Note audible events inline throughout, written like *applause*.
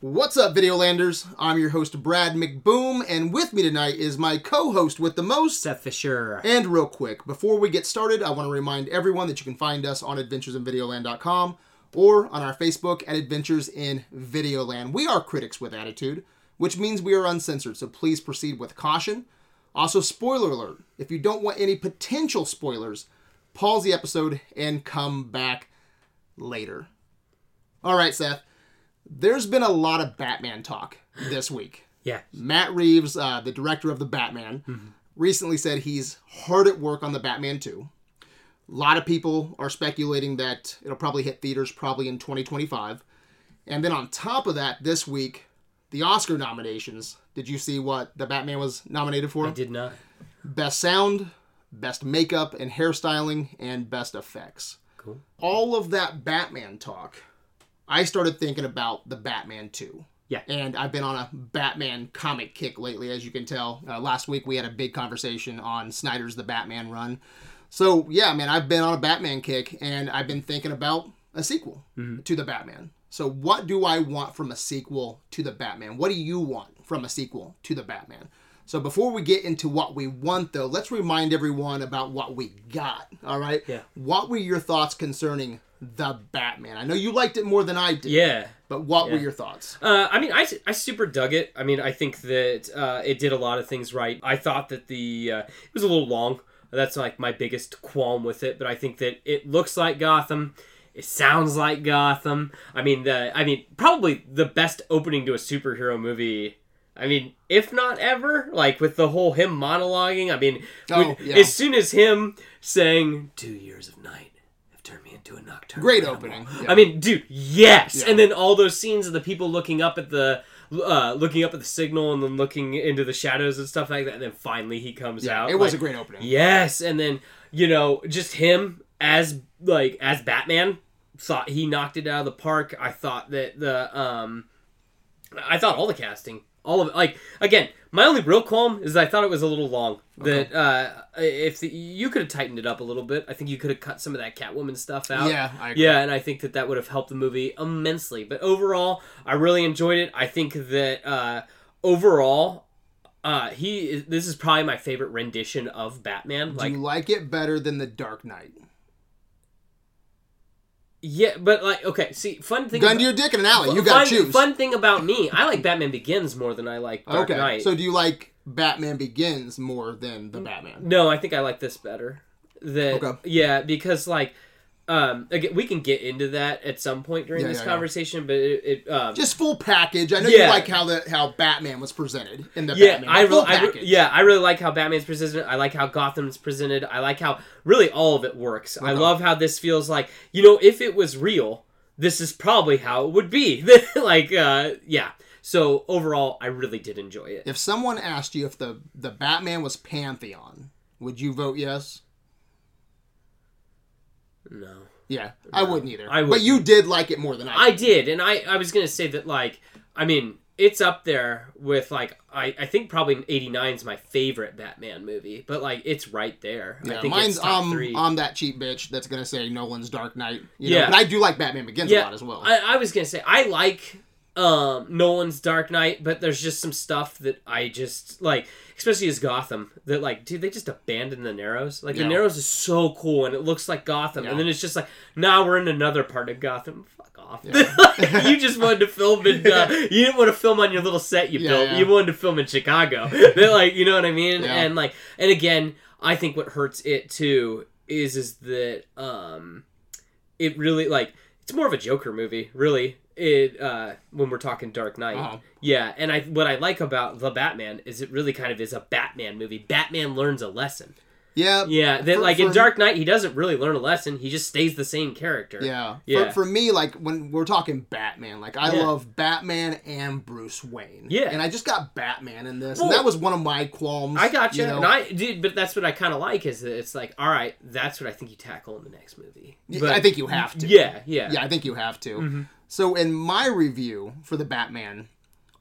What's up, Videolanders? I'm your host, Brad McBoom, and with me tonight is my co host with the most, Seth Fisher. And real quick, before we get started, I want to remind everyone that you can find us on adventuresinvideoland.com or on our Facebook at Adventures in Videoland. We are critics with attitude, which means we are uncensored, so please proceed with caution. Also, spoiler alert if you don't want any potential spoilers, pause the episode and come back later. All right, Seth. There's been a lot of Batman talk this week. Yeah. *laughs* Matt Reeves, uh, the director of the Batman, recently said he's hard at work on the Batman 2. A lot of people are speculating that it'll probably hit theaters probably in 2025. And then on top of that, this week, the Oscar nominations. Did you see what the Batman was nominated for? I did not. Best sound, best makeup and hairstyling, and best effects. Cool. All of that Batman talk, I started thinking about the Batman 2 Yeah. and I've been on a Batman comic kick lately, as you can tell. Uh, last week we had a big conversation on Snyder's The Batman Run. So, yeah, man, I've been on a Batman kick and I've been thinking about a sequel Mm-hmm. to The Batman. So, what do I want from a sequel to The Batman? What do you want from a sequel to The Batman? So, before we get into what we want, though, let's remind everyone about what we got, all right? Yeah. What were your thoughts concerning The Batman? I know you liked it more than I did, Yeah. but what were Yeah. your thoughts? Uh, I mean, I, I super dug it. I mean, I think that uh, it did a lot of things right. I thought that the uh, it was a little long. That's like my biggest qualm with it. But I think that it looks like Gotham. It sounds like Gotham. I mean, the I mean, probably the best opening to a superhero movie. I mean, if not ever, like with the whole him monologuing. I mean, Oh, when- yeah. as soon as him saying two years of night have turned me into a nocturnal Great animal." opening. I mean, *laughs* dude, yes. Yeah. And then all those scenes of the people looking up at the uh, looking up at the signal and then looking into the shadows and stuff like that. And then finally he comes Yeah, out. it was like, a great opening. yes. And then you know just him as like as Batman thought he knocked it out of the park. I thought that the um, I thought all the casting. All of it, like again, my only real qualm is I thought it was a little long. That uh, if the, you could have tightened it up a little bit, I think you could have cut some of that Catwoman stuff out. Yeah, I agree. Yeah, and I think that that would have helped the movie immensely. But overall, I really enjoyed it. I think that uh, overall, uh, he is- this is probably my favorite rendition of Batman. Do Like, you like it better than the Dark Knight? yeah, but like, okay, see, fun thing. Gun about- to your dick in an alley. You fun, got to choose. Fun thing about me, I like Batman Begins more than I like Dark okay. Knight. Mm. So do you like Batman Begins more than the Batman? No, I think I like this better. That Okay. yeah, because like um again, we can get into that at some point during Yeah, this yeah, yeah. conversation, but it, it um Just full package. I know you Yeah. like how the how Batman was presented in the yeah, Batman. I, but re- full I re- package. yeah, I really like how Batman's presented. I like how Gotham's presented. I like how really all of it works. I Okay. love how this feels like you know if it was real, this is probably how it would be. *laughs* like uh yeah. So overall, I really did enjoy it. If someone asked you if the the Batman was Pantheon, would you vote yes? No. Yeah, I wouldn't either. I But wouldn't. you did like it more than I. I did, and I, I was gonna say that like I mean it's up there with like I, I think probably '89 is my favorite Batman movie, but like it's right there. I Yeah, think mine's it's top um three. I'm that cheap bitch that's gonna say Nolan's Dark Knight. You know, Yeah. but I do like Batman Begins a yeah, lot as well. I, I was gonna say I like um Nolan's Dark Knight, but there's just some stuff that I just like, especially as Gotham. That like, dude, they just abandoned the Narrows. Like Yeah. the Narrows is so cool, and it looks like Gotham, Yeah. and then it's just like, nah, we're in another part of Gotham. Fuck off. *laughs* Like, you just wanted to film *laughs* in. Uh, you didn't want to film on your little set you Yeah, built. yeah. You wanted to film *laughs* in Chicago. *laughs* They're like, you know what I mean? Yeah. And like, and again, I think what hurts it too is is that um it really like it's more of a Joker movie, really. It uh, when we're talking Dark Knight, Uh-huh. yeah. And I what I like about the Batman is it really kind of is a Batman movie. Batman learns a lesson. yeah, Yeah, that Uh, For- like in for- Dark Knight he doesn't really learn a lesson. He just stays the same character. Yeah. Yeah. For, for me, like when we're talking Batman, like I Yeah. love Batman and Bruce Wayne. Yeah. And I just got Batman in this, and Well, that was one of my qualms. I got you, know? and I dude, but that's what I kind of like is that it's like, all right, that's what I think you tackle in the next movie. Yeah, But- I think you have to. Yeah, Mm-hmm. yeah, Yeah, I think you have to. So in my review for the Batman,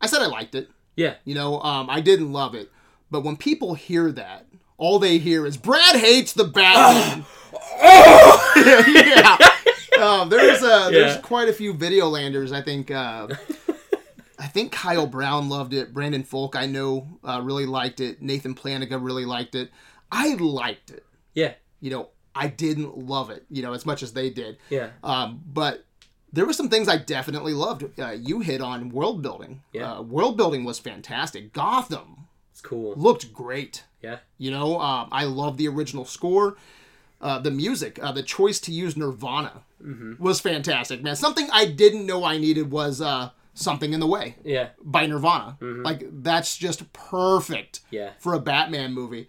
I said I liked it. yeah. You know, um, I didn't love it, but when people hear that, all they hear is Brad hates the Batman. *laughs* yeah. Um, there's uh, there's Yeah. quite a few Videolanders I think uh, I think Kyle Brown loved it. Brandon Folk, I know, uh, really liked it. Nathan Planiga really liked it. I liked it. Yeah. You know, I didn't love it, you know, as much as they did. Yeah. Um, but there were some things I definitely loved. Uh, you hit on world building. Yeah. Uh, world building was fantastic. Gotham It's cool. looked great. Yeah. You know, um, I love the original score. Uh, the music, uh, the choice to use Nirvana was fantastic, man. Something I didn't know I needed was uh, Something in the Way Yeah. by Nirvana. Like, that's just perfect Yeah. for a Batman movie.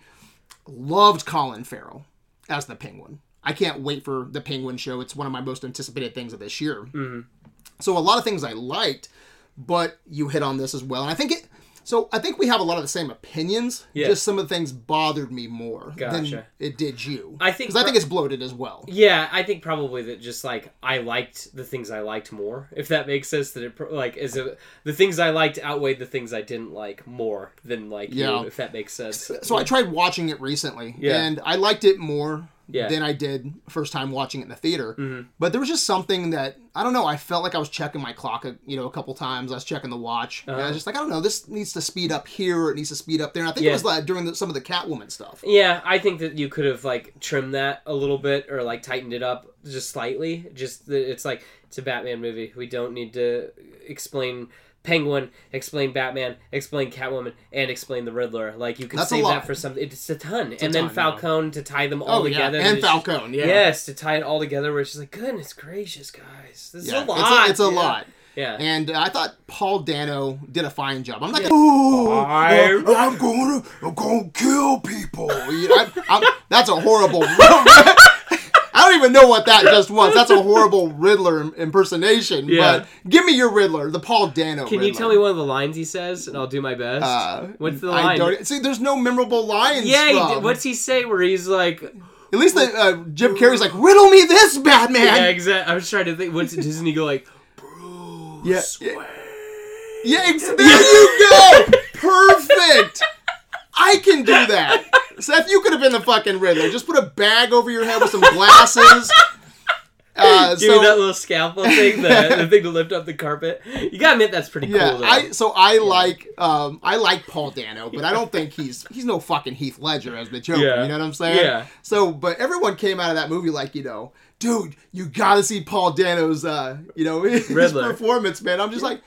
Loved Colin Farrell as the Penguin. I can't wait for the Penguin show. It's one of my most anticipated things of this year. Mm-hmm. So a lot of things I liked, but you hit on this as well. And I think it. So I think we have a lot of the same opinions. Yeah. Just some of the things bothered me more than Gotcha. it did you. I think- 'Cause I think it's bloated as well. Yeah, I think probably that just like I liked the things I liked more, if that makes sense. That it pro- like is a, the things I liked outweighed the things I didn't like more than like Yeah. you, if that makes sense. So I tried watching it recently, Yeah. and I liked it more Yeah. Mm-hmm. than I did first time watching it in the theater. But there was just something that I don't know. I felt like I was checking my clock, a, you know, a couple times. I was checking the watch, Uh-huh. and I was just like, I don't know. This needs to speed up here, or it needs to speed up there. And I think it Yeah. was like during the, some of the Catwoman stuff. Yeah, I think that you could have like trimmed that a little bit or like tightened it up just slightly. Just that it's like it's a Batman movie. We don't need to explain Penguin, explain Batman, explain Catwoman, and explain the Riddler. Like you can That's a save lot. that for something. It's a ton, and then ton, yeah. Falcone to tie them all oh yeah, together and it's just- Falcone. Yeah, Yes, to tie it all together, where she's like, "Goodness gracious, guys, this Yeah, is a lot. It's a, it's a yeah. lot. Yeah, And uh, I thought Paul Dano did a fine job. I'm like, ooh, I- well, I'm gonna, I'm gonna kill people. You know, I'm, I'm, that's a horrible. *laughs* I don't even know what that just was. That's a horrible Riddler im- impersonation. Yeah. But give me your Riddler, the Paul Dano. can you tell me one of the lines he says, and I'll do my best. Uh, what's the I line? don't, see, there's no memorable lines. yeah, he from- did, what's he say? Where he's like, at least the, uh, Jim Carrey's like, riddle me this, Batman. yeah, exactly. I was trying to think. What's doesn't he go like? Bruce Yeah, yeah. Wayne. *laughs* Yeah, ex- there you go. Perfect. I can do that. Seth, you could have been the fucking Riddler. Just put a bag over your head with some glasses. Uh, Give so me that little scalpel thing, the, the thing to lift up the carpet. You gotta admit that's pretty yeah, cool. Though. I *laughs* so I like um I like Paul Dano, but I don't think he's he's no fucking Heath Ledger as the Joker. Yeah. You know what I'm saying? Yeah. So, but everyone came out of that movie like you know, dude, you gotta see Paul Dano's uh you know *laughs* his Riddler. performance, man. I'm just like.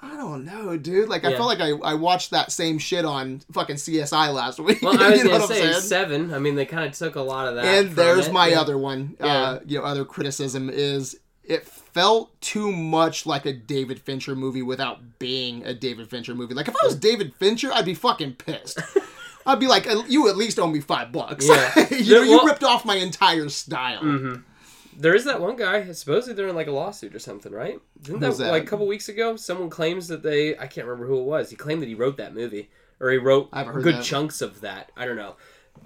I don't know, dude. Like I Yeah. felt like I, I watched that same shit on fucking CSI last *laughs* week. well, I was you know gonna what I'm say saying? seven. I mean, they kind of took a lot of that. and from there's it. my Yeah. other one. Yeah. Uh, you know, other criticism is it felt too much like a David Fincher movie without being a David Fincher movie. Like if I was David Fincher, I'd be fucking *laughs* pissed. I'd be like, you at least owe me five bucks. Yeah. *laughs* you know, you Well- Mm-hmm. ripped off my entire style. There is that one guy. Supposedly they're in like a lawsuit or something, right? Didn't that, Who's that? like a couple weeks ago? Someone claims that they I can't remember who it was. He claimed that he wrote that movie or he wrote haven't heard good that. chunks of that. I don't know.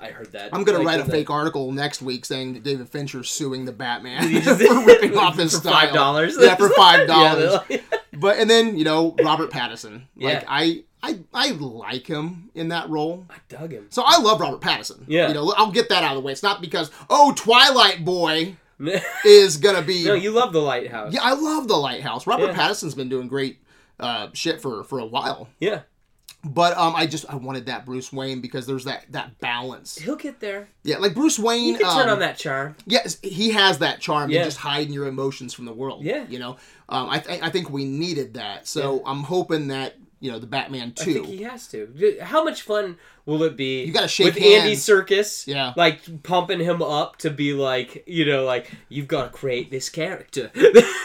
I heard that. I'm gonna like, write a in the- fake article next week saying that David Fincher's suing the *laughs* Batman just- for ripping off his *laughs* for style. $5. Yeah, *laughs* for five *laughs* Yeah, dollars. they're like- *laughs* But and then you know Robert Pattinson. Like Yeah. I, I, I like him in that role. I dug him. *laughs* So I love Robert Pattinson. Yeah. You know, I'll get that out of the way. It's not because, oh, Twilight Boy no, is going to be. you love the lighthouse. yeah, I love The Lighthouse. Robert Yeah. Pattinson's been doing great uh, shit for, for a while. Yeah. But um, I just, I wanted that Bruce Wayne because there's that, that balance. He'll get there. Yeah, like Bruce Wayne. You can turn um, on that charm. Yes, he has that charm Yeah. of just hiding your emotions from the world. Yeah. You know, um, I, th- I think we needed that. So I'm hoping that, you know, the Batman 2. I think he has to. How much fun will it be? You gotta shake with Andy hands. Circus. Yeah. like pumping him up to be like, you know, like you've got to create this character. *laughs*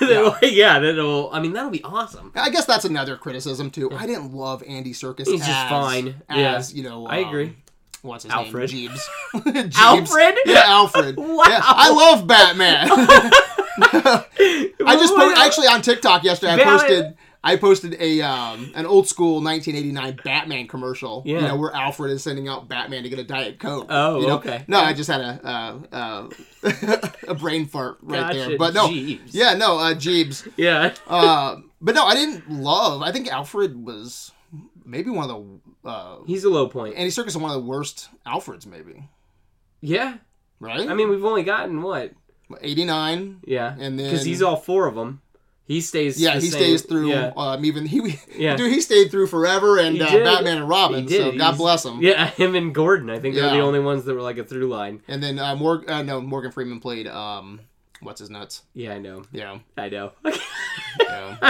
yeah. yeah, that'll. I mean, that'll be awesome. I guess that's another criticism too. I didn't love Andy Circus. He's as, just fine. As Yeah. you know, um, I agree. What's his Alfred. name? *laughs* Jeeves. Jeeves. Alfred? Yeah, *laughs* Alfred. Wow. Yeah, I love *laughs* Batman. *laughs* *laughs* I just po- actually on TikTok yesterday. I Batman. posted. I posted a um, an old school 1989 Batman commercial. You Yeah. know where Alfred is sending out Batman to get a diet coke. Oh, you know? okay. No, I just had a uh, *laughs* uh, a brain fart right Gotcha, there. But no, Jeeves. yeah, no, uh, Jeebs. yeah. Uh, but no, I didn't love. I think Alfred was maybe one of the uh, He's a low point. Andy Circus is one of the worst Alfreds, maybe. Yeah, Right? I mean, we've only gotten what? eighty nine, Yeah, and then because he's all four of them. He stays. Yeah, the he same. stays through. Yeah. Um, even he, Yeah. dude, he stayed through forever and He uh, did. Batman and Robin. He did. So God He's- bless him. Yeah, *laughs* him and Gordon. I think they're the Yeah. only ones that were like a through line. And then uh, Morgan, uh, no, Morgan Freeman played um, what's his nuts? Yeah, I know. *laughs* Yeah, I know. *laughs* yeah.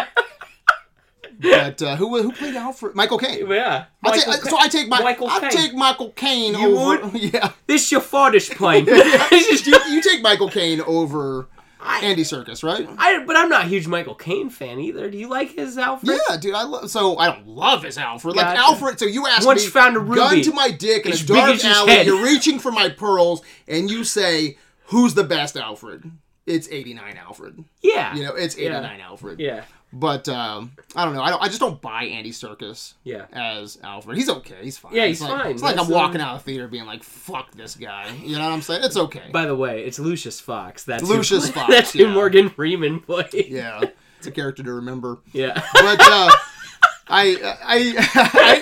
but uh, who who played Alfred? Michael Caine. yeah. I'll Michael take, uh, Ca- so I take my Michael I Caine. take Michael Caine You over. *laughs* *laughs* Yeah, this your *laughs* father's plane. This is- you, you take Michael Caine over I- Andy Circus, right? I, but I'm not a huge Michael Caine fan either. Do you like his Alfred? Yeah, dude, I love. So I don't love his Alfred. Like Gotcha. Alfred. So you asked Once me, found a ruby. gun to my dick in As a big dark as his alley. head. You're reaching for my pearls, and you say, "Who's the best Alfred?" It's eighty nine Alfred. Yeah. You Yeah. know, it's eighty nine Alfred. Yeah. But um, I don't know. I don't. I just don't buy Andy Circus Yeah. as Alfred. He's okay. He's fine. Yeah, he's it's like, fine. It's like That's, I'm walking um, out of the theater being like, "Fuck this guy." You know what I'm saying? It's okay. By the way, it's Lucius Fox. That's Lucius *laughs* who, Fox, That's who yeah. Morgan Freeman played. *laughs* yeah, it's a character to remember. Yeah. But uh, I, I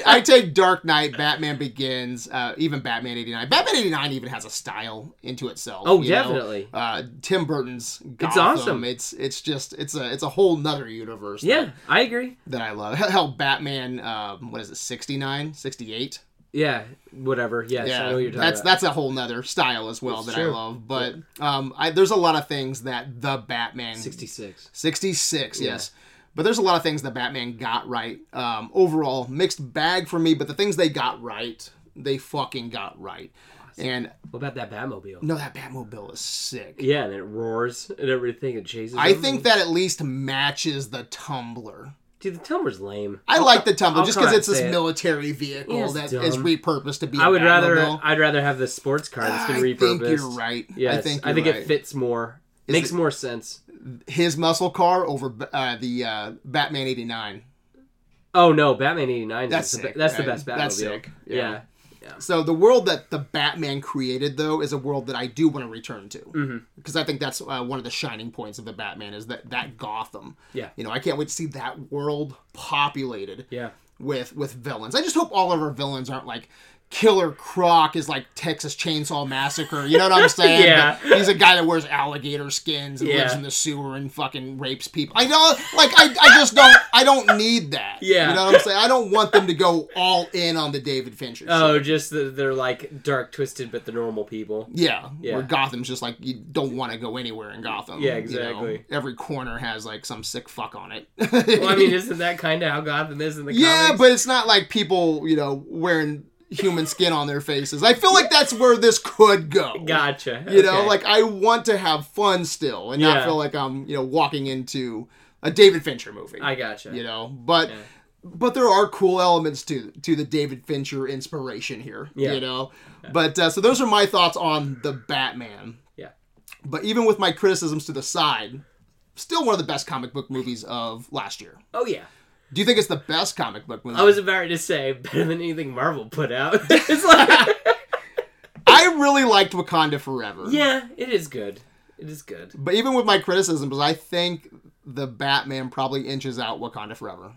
I I take Dark Knight, Batman Begins, uh, even Batman '89. Batman '89 even has a style into itself. Oh, you know? definitely. Uh, Tim Burton's Gotham. awesome. It's it's just it's a it's a whole nother universe. that- Yeah, I agree. That, I love. Hell, Batman. Um, what is it? 69, 68? Yeah, whatever. Yes, I know what you're talking that's about. that's a whole nother style as well It's that I true. love. But um, I, there's a lot of things that the Batman 66. 66, yes. But there's a lot of things that Batman got right. Um, overall, mixed bag for me, but the things they got right, they fucking got right. And What about that Batmobile? no, that Batmobile is sick. Yeah, and it roars and everything. It chases. I everything. think that at least matches the Tumbler. dude, the Tumblr's lame. I like the Tumbler I'll just come because out it's and this say it. military vehicle Yeah, it's that is dumb. repurposed to be. I I would rather. Batmobile. I'd rather have the sports car that's been I repurposed. think you're right. Yes, I think I think you're it right. fits more. Makes more sense. his muscle car over uh, the uh, Batman '89. Oh no, Batman That's '89. That's the, sick, be- that's the right? best Batmobile. That's sick, yeah. Yeah. yeah. So the world that the Batman created, though, is a world that I do want to return to Mm-hmm. because I think that's uh, one of the shining points of the Batman is that that Gotham. Yeah. you know, I can't wait to see that world populated Yeah. with with villains. I just hope all of our villains aren't like Killer Croc is like Texas Chainsaw Massacre. You know *laughs* what I'm saying? Yeah. But He's a guy that wears alligator skins and Yeah. lives in the sewer and fucking rapes people. I know, like I, I just don't I don't need that. Yeah. you know what I'm saying? I don't want them to go all in on the David *laughs* Fincher. shit. Oh, just that they're like dark twisted, but the normal people. Yeah, Yeah. where Gotham's just like you don't want to go anywhere in Gotham. Yeah, you know? exactly. Every corner has like some sick fuck on it. *laughs* Well, I mean, isn't that kind of how Gotham is in the yeah, comics? but it's not like people you know wearing human skin on their faces. I feel like that's where this could go. gotcha. You know, Okay. like I want to have fun still and not Yeah. feel like I'm you know walking into a David Fincher movie. I gotcha. You know, but. Yeah. But there are cool elements to to the David Fincher inspiration here, Yeah. you know. But uh, so those are my thoughts on the Batman. Yeah. But even with my criticisms to the side, still one of the best comic book movies of last year. Oh yeah. Do you think it's the best comic book movie? I was about to say *laughs* better than anything Marvel put out. *laughs* it's *laughs* like, I really liked Wakanda Forever. yeah, it is good. It is good. But even with my criticisms, I think the Batman probably inches out Wakanda Forever.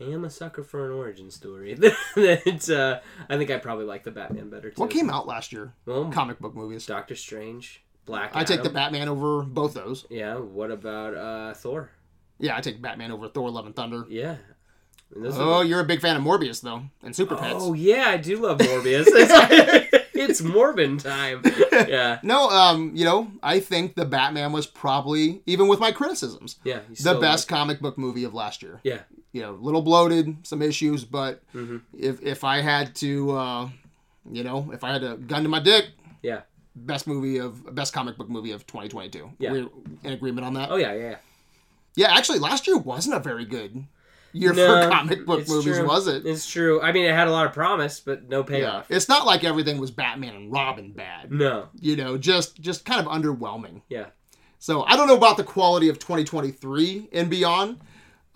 I am a sucker for an origin story. *laughs* that uh, I think I probably like the Batman better too. What came out last year? Well, Comic book movies. Doctor Strange, Black. I take the Adam. Batman over both those. Yeah. What about uh, Thor? Yeah, I take Batman over Thor: Love and Thunder. Yeah. And those Oh, are- you're a big fan of Morbius though, and Super Pets. oh yeah, I do *laughs* love Morbius. It's, it's Morbin time. Yeah. No, um, you know, I think the Batman was probably, even with my criticisms, Yeah. you the still best comic book movie of last year. like- yeah. You know, a little bloated, some issues, but Mhm. if if I had to, uh, you know, if I had a gun to my dick, Yeah. best movie of best comic book movie of 2022. Yeah. We're in agreement on that. Oh yeah. Yeah. yeah. Yeah, actually, last year wasn't a very good year No, for comic book it's movies, true. was it? It's true. I mean, it had a lot of promise, but no Yeah, payoff. it's not like everything was Batman and Robin bad. No. You know, just just kind of underwhelming. Yeah. So I don't know about the quality of 2023 and beyond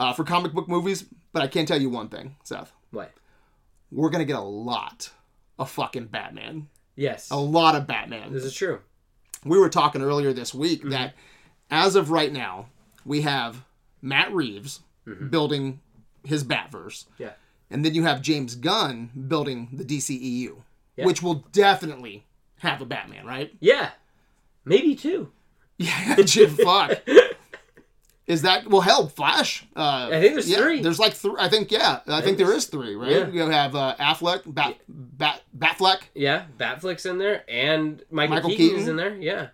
uh, for comic book movies, but I can tell you one thing, Seth. What? We're gonna get a lot of fucking Batman. Yes. A lot of Batman. This is Mm-hmm. true. We were talking earlier this week that as of right now, we have Matt Reeves building his Batverse, Mm-hmm. Yeah. and then you have James Gunn building the DCEU, Yeah. which will definitely have a *laughs* Batman, right? Yeah. Maybe two. Yeah, Jim, fuck. Is that well? Hell, Flash. Uh, I think there's yeah, three. There's like three. I think yeah. I, think there is three, right? yeah. You have uh, Affleck, Bat, Bat, Batfleck. Yeah, Batflick's in there, and Michael, Michael Keaton, is Keaton. in there. Yeah,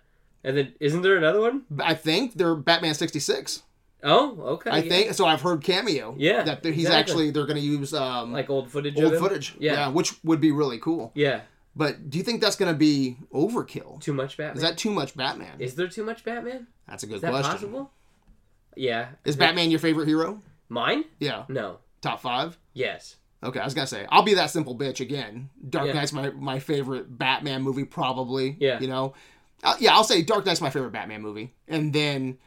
and then isn't there another one? I think they're Batman sixty six. Oh, okay. I yeah. think so. I've heard cameo. Yeah, that they're- he's exactly. actually they're going to use um, like old footage. of old him. footage. Yeah. which would be really cool. Yeah, But do you think that's going to be overkill? too much Batman. Is Is, that too much Batman? there too much Batman? that's a good Is that question. possible? Yeah. Is Batman your favorite hero? mine? Yeah, No. top five. Yes. Okay, I was gonna say I'll be that simple bitch again. Dark Yeah. Knight's my my favorite Batman movie, probably. Yeah. you know, Uh, yeah, I'll say Dark Knight's my favorite Batman movie, and then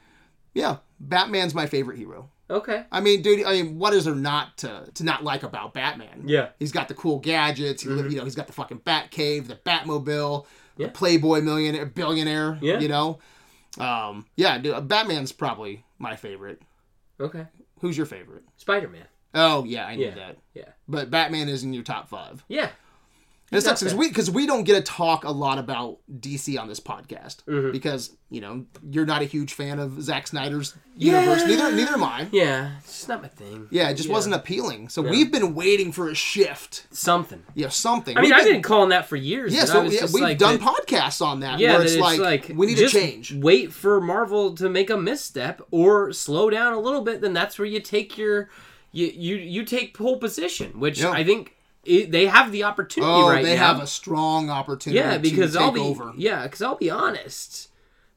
yeah, Batman's my favorite hero. Okay. I mean, dude, I mean, what is there not to to not like about Batman? Yeah. Mm-hmm. He's got the cool gadgets. He, You know, he's got the fucking Bat Cave, the Batmobile, Yeah. the Playboy millionaire, billionaire. Yeah. You know, um, yeah, dude, Batman's probably my favorite. Okay. Who's your favorite? Spider Man. Oh yeah, I knew Yeah. that. Yeah. But Batman is in your top five. Yeah. And it got sucks because that. we because we don't get to talk a lot about DC on this podcast Mhm. because you know you're not a huge fan of Zack Snyder's universe. Neither neither am I. Yeah. It's just not my thing. Yeah, it just wasn't appealing. So we've been waiting for a shift. something. Yeah, something. I mean, We've I've been- been calling that for years. Yeah, but I so was yeah, just we've like, done that- podcasts on that yeah, where that it's, it's like, like, we need just a change. Wait for Marvel to make a misstep or slow down a little bit. Then that's where you take your you you you take pole position, which Yeah. I think it, they have the opportunity Oh, right they now. have a strong opportunity. yeah, because to I'll take be over. yeah, because I'll be honest.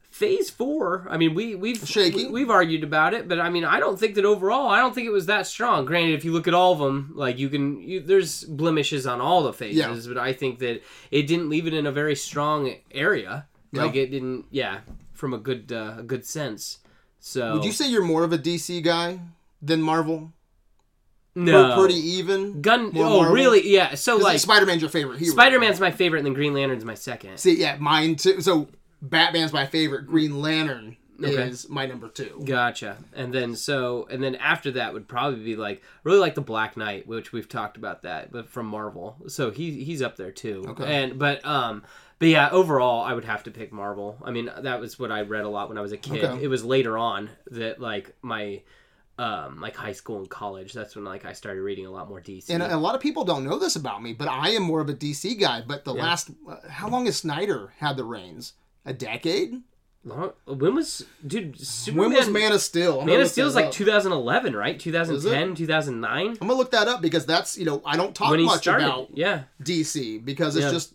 Phase four. I mean, we we've Shaky. we- we've argued about it, but I mean, I don't think that overall, I don't think it was that strong. Granted, if you look at all of them, like you can, you, there's blemishes on all the phases, Yeah. but I think that it didn't leave it in a very strong area. Like it didn't, yeah, from a good uh, a good sense. So Would you say you're more of a DC guy than Marvel? no We're pretty even. gun? More oh, Marvel? really? Yeah. So like Spider Man's your favorite hero. Spider Man's my favorite, and then Green Lantern's my second. See, yeah, mine too. So Batman's my favorite. Green Lantern Okay. is my number two. Gotcha. And then so and then after that would probably be like really like the Black Knight, which we've talked about that, but from Marvel. So he he's up there too. Okay. And but um but yeah, overall I would have to pick Marvel. I mean, that was what I read a lot when I was a kid. Okay. It was later on that like my um like high school and college, that's when like I started reading a lot more DC. And uh, a lot of people don't know this about me, but I am more of a DC guy. But the last, uh, how long has Snyder had the reins? A decade? Long- when was dude Superman When was Man of Steel? I'm Man gonna of look Steel's that like up. 2011, right? 2010, 2009 I'm gonna look that up because that's you know I don't talk when he much started. about yeah. DC because it's Yeah. just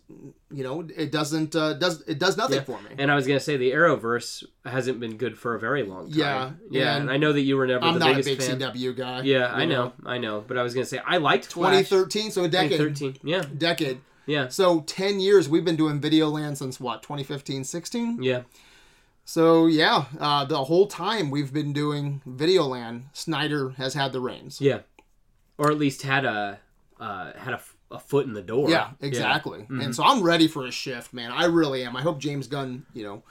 you know it doesn't uh, does it does nothing for me. And I was gonna say the Arrowverse hasn't been good for a very long time. Yeah, yeah. and And I know that you were never I'm the not a biggest big fan. CW guy. Yeah, I know, I know. But I was gonna say I liked Flash. 2013, so a decade. 2013. Yeah, Decade. yeah, So 10 years we've been doing Videoland since what 2015, 16. yeah. So yeah, uh, the whole time we've been doing Videoland, Snyder has had the reins. Yeah, or at least had a uh, had a, f- a foot in the door. Yeah, exactly. And so I'm ready for a shift, man. I really am. I hope James Gunn, you know,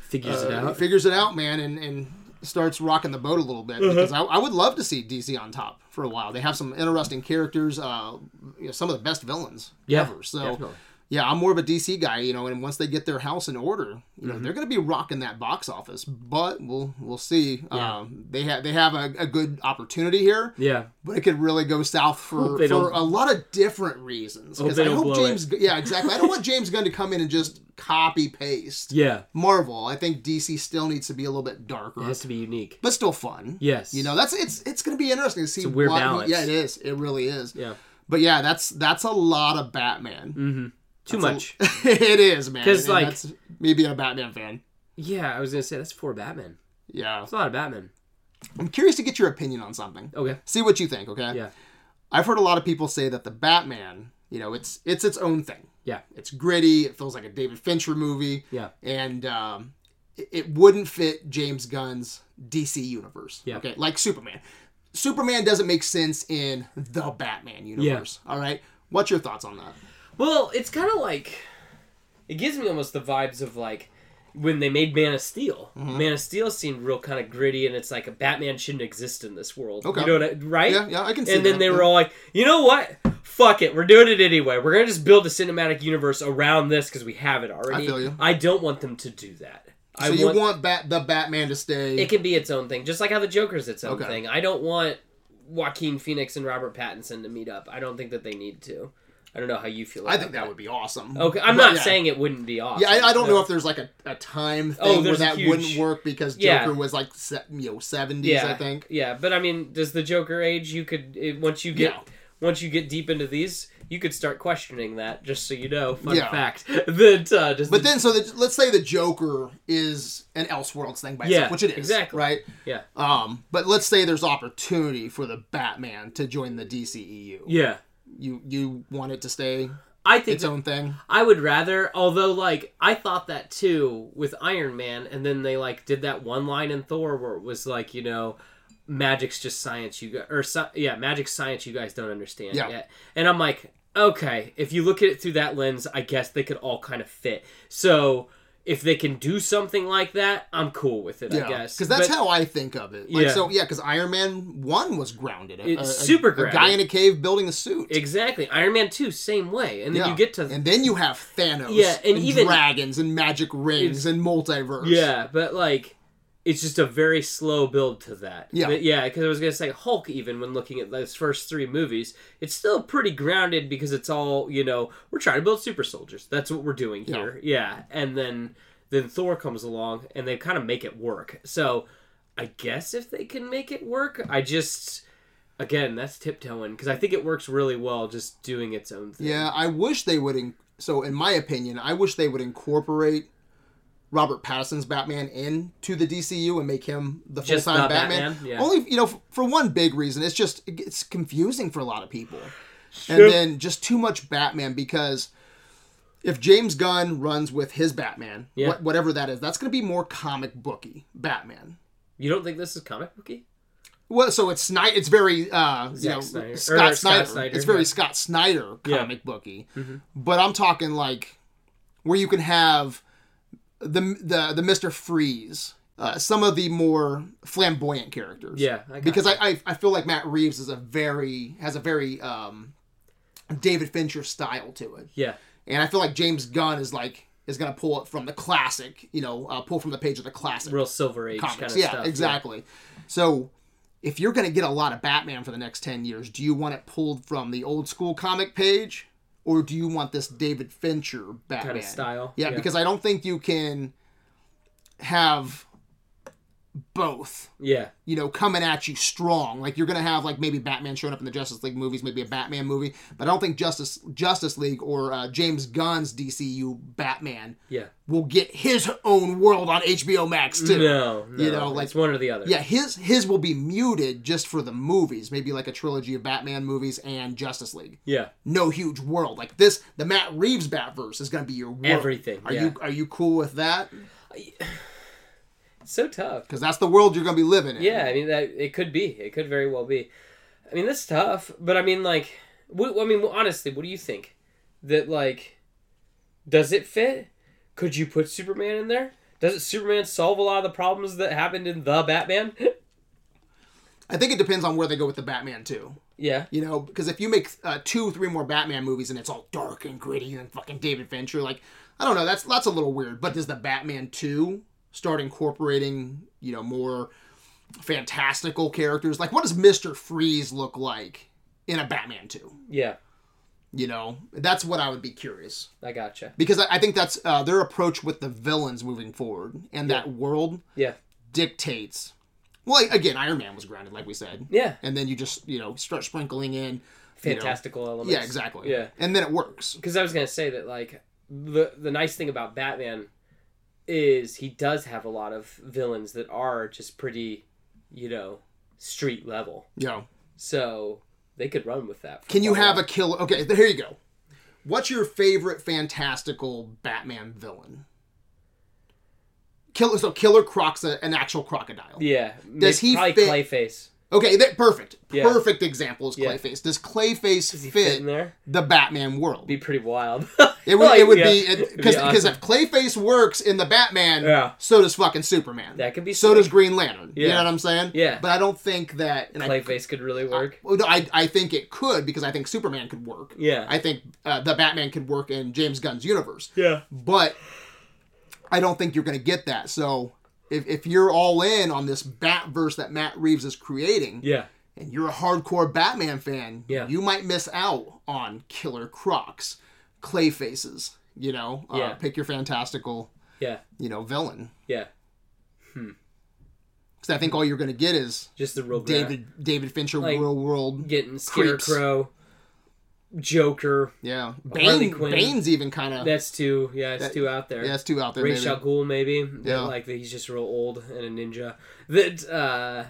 Figures it uh, out. figures it out, man, and, and starts rocking the boat a little Mm-hmm. bit because I, I would love to see DC on top for a while. They have some interesting characters, uh, you know, some of the best villains Yeah, ever. So definitely. yeah, I'm more of a DC guy, you know. And once they get their house in order, you know, Mm-hmm. they're going to be rocking that box office. But we'll we'll see. Um, they have they have a, a good opportunity here. Yeah, But it could really go south for, Hope they for don't- a lot of different reasons. Hope Because they I don't hope blow it. James, Gu- yeah, exactly. I don't want James Gunn to come in and just copy paste. yeah. Marvel. I think DC still needs to be a little bit darker, It has to be unique. but still fun. Yes. You know, that's it's it's going to be interesting to see a weird what he- balance. yeah, it is. It really is. Yeah. But yeah, that's that's a lot of Batman. Mm-hmm. Too much. *laughs* it is, man. 'Cause, And like- that's me being a Batman fan. yeah, I was gonna say that's four Batman. Yeah. That's a lot of Batman. I'm curious to get your opinion on something. Okay. See what you think, okay? Yeah. I've heard a lot of people say that the Batman, you know, it's it's its own thing. Yeah. It's gritty, it feels like a David Fincher movie, Yeah. and um, it, it wouldn't fit James Gunn's DC universe. Yeah. Okay, like Superman. Superman doesn't make sense in the Batman universe. All right, what's your thoughts on that? Well, it's kind of like it gives me almost the vibes of like when they made Man of Steel. Mm-hmm. Man of Steel seemed real kind of gritty, and it's like a Batman shouldn't exist in this world. Okay. you know what I, right? Yeah, yeah, I can see. And then that. they yeah. were all like, you know what? Fuck it, we're doing it anyway. We're gonna just build a cinematic universe around this because we have it already. I feel you. I don't want them to do that. So you want, Bat the Batman to stay? It can be its own thing, just like how the Joker's its own Okay. thing. I don't want Joaquin Phoenix and Robert Pattinson to meet up. I don't think that they need to. I don't know how you feel. About I think that would be awesome. Okay, I'm But not yeah. saying it wouldn't be awesome. Yeah, I, I don't No. know if there's like a, a time Oh, thing where there's a that huge- wouldn't work because Joker Yeah. was like se- you know seventies, Yeah, I think. Yeah, but I mean, does the Joker age? You could it, once you get Yeah. once you get deep into these, you could start questioning that. Just so you know, fun Yeah. fact *laughs* that uh, does But the- then, so the, let's say the Joker is an Elseworlds thing by Yeah, itself, which it is, exactly. right? yeah Um, but let's say there's opportunity for the Batman to join the DCEU. yeah. You you want it to stay I think its own thing? I would rather, although like I thought that too with Iron Man, and then they like did that one line in Thor where it was like, you know, magic's just science you guys, or sci- yeah, magic's science you guys don't understand Yeah. yet. And I'm like, okay, if you look at it through that lens, I guess they could all kind of fit. So if they can do something like that, I'm cool with it. I guess because that's But- how I think of it. Like, Yeah. So yeah, because Iron Man one was grounded. A, It's a- a- super A grounded. guy in a cave building a suit. exactly Iron Man two same way, and then Yeah. you get to and then you have Thanos. Yeah, and even- dragons and magic rings and multiverse. Yeah, but like it's just a very slow build to that. Yeah. But yeah, because I was gonna say Hulk. Even when looking at those first three movies, it's still pretty grounded because it's all you know. We're trying to build super soldiers. That's what we're doing Yeah. here. Yeah, and then then Thor comes along and they kind of make it work. So I guess if they can make it work, I just again that's tiptoeing because I think it works really well just doing its own thing. Yeah, I wish they would. In- so, in my opinion, I wish they would incorporate Robert Pattinson's Batman into the DCU and make him the full Just time the Batman. Batman, yeah. Only you know, f- for one big reason, it's just it's confusing for a lot of people, Sure. and then just too much Batman because. If James Gunn runs with his Batman, Yeah. wha- whatever that is, that's going to be more comic booky Batman. You don't think this is comic booky? Well, so it's Snyder. It's very uh, you Zack know, Snyder. Or Scott, Scott Snyder. Snyder, It's very yeah. Scott Snyder Yeah. Mm-hmm. comic booky, but I'm talking like where you can have the the the Mister Freeze, uh, some of the more flamboyant characters. Yeah, I got because I, I I feel like Matt Reeves is a very has a very um, David Fincher style to it, Yeah. and I feel like James Gunn is like is gonna pull it from the classic, you know, uh, pull from the page of the classic Real Silver Age comics. kind of yeah, stuff. exactly. So if you're going to get a lot of Batman for the next 10 years, do you want it pulled from the old school comic page or do you want this David Fincher Batman style, Yeah, yeah. because I don't think you can have both, Yeah. you know, coming at you strong. Like you're going to have like maybe Batman showing up in the Justice League movies, maybe a Batman movie, but I don't think Justice Justice League or uh, James Gunn's DCU Batman Yeah. will get his own world on HBO Max too. No, no. You know, like- it's one or the other. Yeah, his his will be muted just for the movies, maybe like a trilogy of Batman movies and Justice League. Yeah. No huge world like this. The Matt Reeves Batverse is going to be your world. Everything, Are yeah. you are you cool with that? It's so tough. Because that's the world you're going to be living in. Yeah, I mean that it could be. It could very well be. I mean that's tough, but I mean like what, I mean honestly, what do you think? That like does it fit? Could you put Superman in there? Does Superman solve a lot of the problems that happened in the Batman? *laughs* I think it depends on where they go with the Batman too. yeah. You know, because if you make uh, two, three more Batman movies and it's all dark and gritty and fucking David Fincher, like I don't know, that's that's a little weird. But does the Batman two start incorporating you know more fantastical characters? Like, what does Mister Freeze look like in a Batman two? Yeah. You know, that's what I would be curious I gotcha. because I, I think that's uh, their approach with the villains moving forward and that world Yeah. dictates. Well, again, Iron Man was grounded, like we said. Yeah. And then you just, you know, start sprinkling in you know, Fantastical elements. yeah, exactly. Yeah. And then it works. because I was gonna say that like the the nice thing about Batman is he does have a lot of villains that are just pretty, you know, street level. Yeah. So they could run with that. for Can you quite have while. a killer? Okay, th- here you go. What's your favorite fantastical Batman villain? Killer. So Killer Croc's a, an actual crocodile. yeah? Does may- he probably fit- Clayface? Okay, that perfect. Yeah. Perfect example is Yeah. Clayface. Does Clayface Does he fit, fit in there? the Batman world? Be pretty wild. *laughs* It would, Like, it would yeah, be it'd because because awesome. if Clayface works in the Batman, Yeah. so does fucking Superman. That could be so sick. does Green Lantern. You Yeah. know what I'm saying? Yeah. But I don't think that and I, Clayface could really work. Well, no, I, I think it could because I think Superman could work. Yeah. I think uh, the Batman could work in James Gunn's universe. yeah. But I don't think you're going to get that. So if, if you're all in on this Batverse that Matt Reeves is creating, Yeah. and you're a hardcore Batman fan, Yeah. you might miss out on Killer Crocs, Clayfaces, you know, uh, Yeah. pick your fantastical, Yeah. you know, villain. Yeah. Because I think all you're going to get is Just the real David David Fincher, Like, real world. getting creeps. Scarecrow, Joker. Yeah, Harley Bane, Quinn. Bane's even kind of That's two. Yeah, it's two out there. yeah, it's two out there. Ray maybe. Al Ghul, maybe. Yeah. Yeah. Like that he's just real old and a ninja. That uh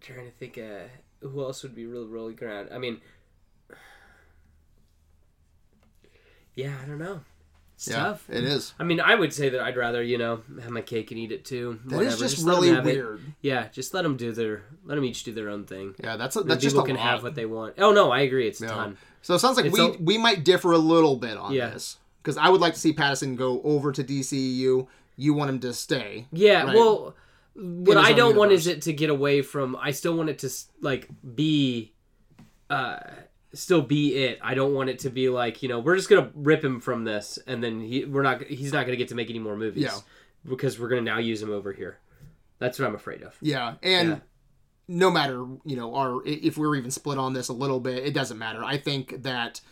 trying to think uh who else would be really really grand. I mean *sighs* Yeah, I don't know. It's yeah, tough. it is. I mean, I would say that I'd rather, you know, have my cake and eat it too. That is Whatever, just, let 'em really have it. weird. Yeah, just let them do their, let them each do their own thing. Yeah, that's a, that's just a people lot. can have what they want. Oh no, I agree. It's a Yeah. ton. So it sounds like It's we a- we might differ a little bit on Yeah. this because I would like to see Patterson go over to DCU. You want him to stay. Yeah. Right. Well, what his I own don't want is it to get away from. I still want it to s- like be, uh, still be it. I don't want it to be like you know we're just gonna rip him from this and then he we're not he's not gonna get to make any more movies Yeah. because we're gonna now use him over here. That's what I'm afraid of. Yeah, and Yeah. no matter you know our i- if we're even split on this a little bit, it doesn't matter. I think that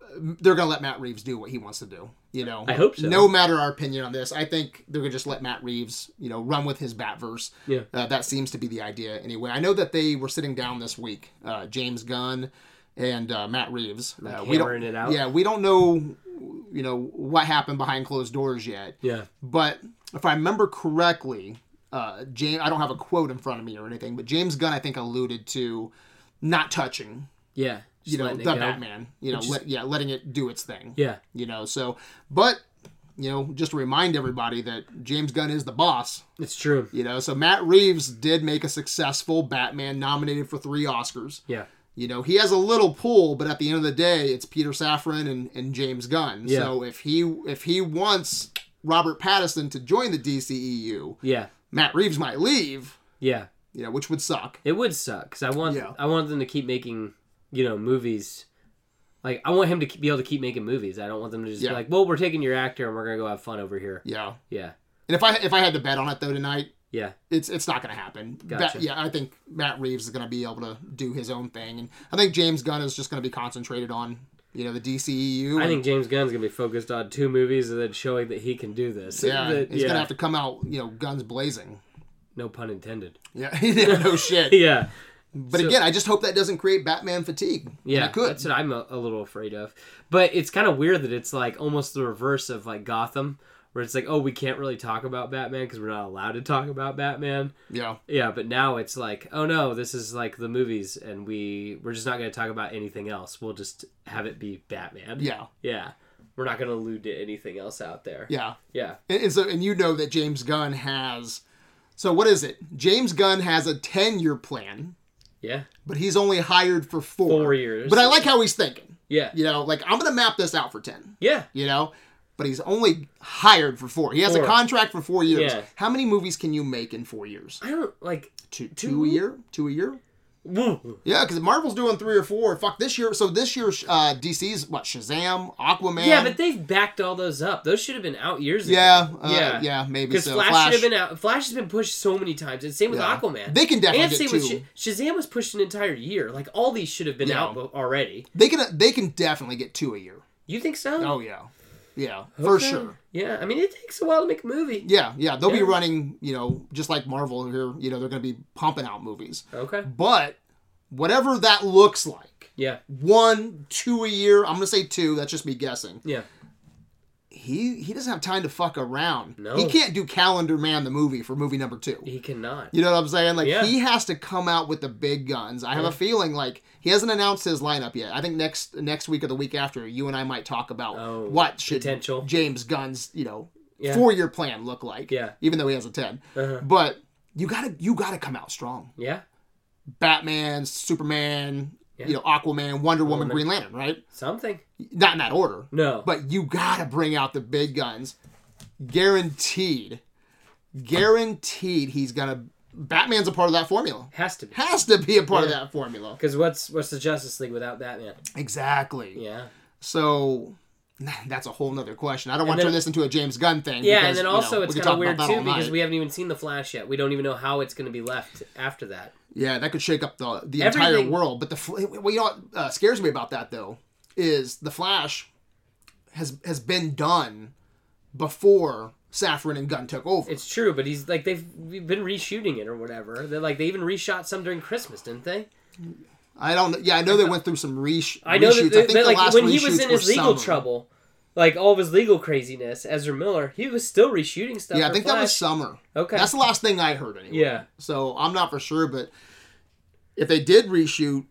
uh, they're gonna let Matt Reeves do what he wants to do. You know, I hope so. No matter our opinion on this, I think they're gonna just let Matt Reeves you know run with his Batverse. Yeah. uh, that seems to be the idea anyway. I know that they were sitting down this week, uh, James Gunn and uh, Matt Reeves. Uh, we don't, hammering it out. yeah, we don't know you know what happened behind closed doors yet. Yeah. But if I remember correctly, uh, James, I don't have a quote in front of me or anything, but James Gunn, I think, alluded to not touching, Yeah. you Just know, letting the it go. Batman, you know, let, yeah, letting it do its thing, Yeah. you know. So, but you know, just to remind everybody that James Gunn is the boss, It's true. you know. So Matt Reeves did make a successful Batman, nominated for three Oscars. Yeah. You know, he has a little pull, but at the end of the day, it's Peter Safran and, and James Gunn. Yeah. So if he if he wants Robert Pattinson to join the DCEU, Yeah. Matt Reeves might leave, Yeah. you know, which would suck. It would suck because I want Yeah. I want them to keep making you know movies. Like I want him to keep, be able to keep making movies. I don't want them to just Yeah. be like, well, we're taking your actor and we're gonna go have fun over here. Yeah. Yeah, And if I if I had to bet on it though tonight, yeah, it's it's not going to happen. Gotcha. Ba- yeah, I think Matt Reeves is going to be able to do his own thing, and I think James Gunn is just going to be concentrated on you know the E DCEU. I think James Gunn's gonna be focused on two movies and then showing that he can do this. yeah, *laughs* That- he's yeah. going to have to come out you know guns blazing. No pun intended. *laughs* Yeah, *laughs* no shit. Yeah, But again, I just hope that doesn't create Batman fatigue. yeah. And it could. That's what I'm a, a little afraid of. But it's kind of weird that it's like almost the reverse of like Gotham, where it's like, oh, we can't really talk about Batman because we're not allowed to talk about Batman. Yeah, Yeah, but now it's like, oh no, this is like the movies, and we we're just not going to talk about anything else. We'll just have it be Batman. yeah, yeah. We're not going to allude to anything else out there. yeah. yeah, And, and so, and you know that James Gunn has. So what is it? James Gunn has a ten-year plan, yeah. but he's only hired for four. Four years. But I like how he's thinking. yeah, You know, like I'm gonna map this out for ten. yeah. You know, but he's only hired for four. He has a Four. contract for four years. Yeah. How many movies can you make in four years? I don't like. Two, two a year, two a year. Woo. Yeah, because Marvel's doing three or four. Fuck this year. So this year, uh, DC's what? Shazam, Aquaman. Yeah, but they've backed all those up. Those should have been out years ago. yeah, uh, yeah, yeah, maybe Because so. Flash, should have been out. Flash has been pushed so many times, and same with Yeah. Aquaman. They can definitely and get same two. with Sh- Shazam was pushed an entire year. Like all these should have been Yeah. out bo- already. They can they can definitely get two a year. You think so? Oh yeah, yeah, for Okay. sure. Yeah, I mean it takes a while to make a movie. Yeah, yeah, they'll be Yeah. running. You know, just like Marvel here. You know, they're going to be pumping out movies. Okay. But whatever that looks like, Yeah. one, two a year. I'm going to say two. That's just me guessing. Yeah. He he doesn't have time to fuck around. No. he can't do Calendar Man the movie for movie number two. He cannot. You know what I'm saying? Like Yeah. he has to come out with the big guns. I have a feeling like he hasn't announced his lineup yet. I think next next week or the week after, you and I might talk about Oh, what should potential. James Gunn's you know Yeah. four year plan look like. Yeah. even though he has a 10 Uh-huh. but you gotta you gotta come out strong. Yeah. Batman, Superman, Yeah. you know Aquaman, Wonder Woman, Woman. Green Lantern, right? Something. Not in that order, No. but you gotta bring out the big guns. Guaranteed, guaranteed, he's gonna. Batman's a part of that formula has to be. has to be a part of Yeah. that formula. Because what's what's the Justice League without Batman? Exactly. Yeah. So *laughs* That's a whole nother question. I don't want then- to turn this into a James Gunn thing. Yeah, because, and then you know, also it's we could kind of talk weird about too that all because night. we haven't even seen the Flash yet. We don't even know how it's going to be left after that. Yeah, that could shake up the the entire Everything- world. But the Fl- well, you know what uh, scares me about that though is the Flash has has been done before Saffron and Gunn took over. It's true, but he's like they've we've been reshooting it or whatever. They are like they even reshot some during Christmas, didn't they? I don't. Yeah, I know they went through some resh- I know reshoots. that, I think that, the like last when he was reshoots in were his legal summer. trouble, like all of his legal craziness, Ezra Miller, he was still reshooting stuff. Yeah, I for think that was Flash. summer. Okay. That's the last thing I heard anyway. Yeah. So I'm not for sure, but if they did reshoot,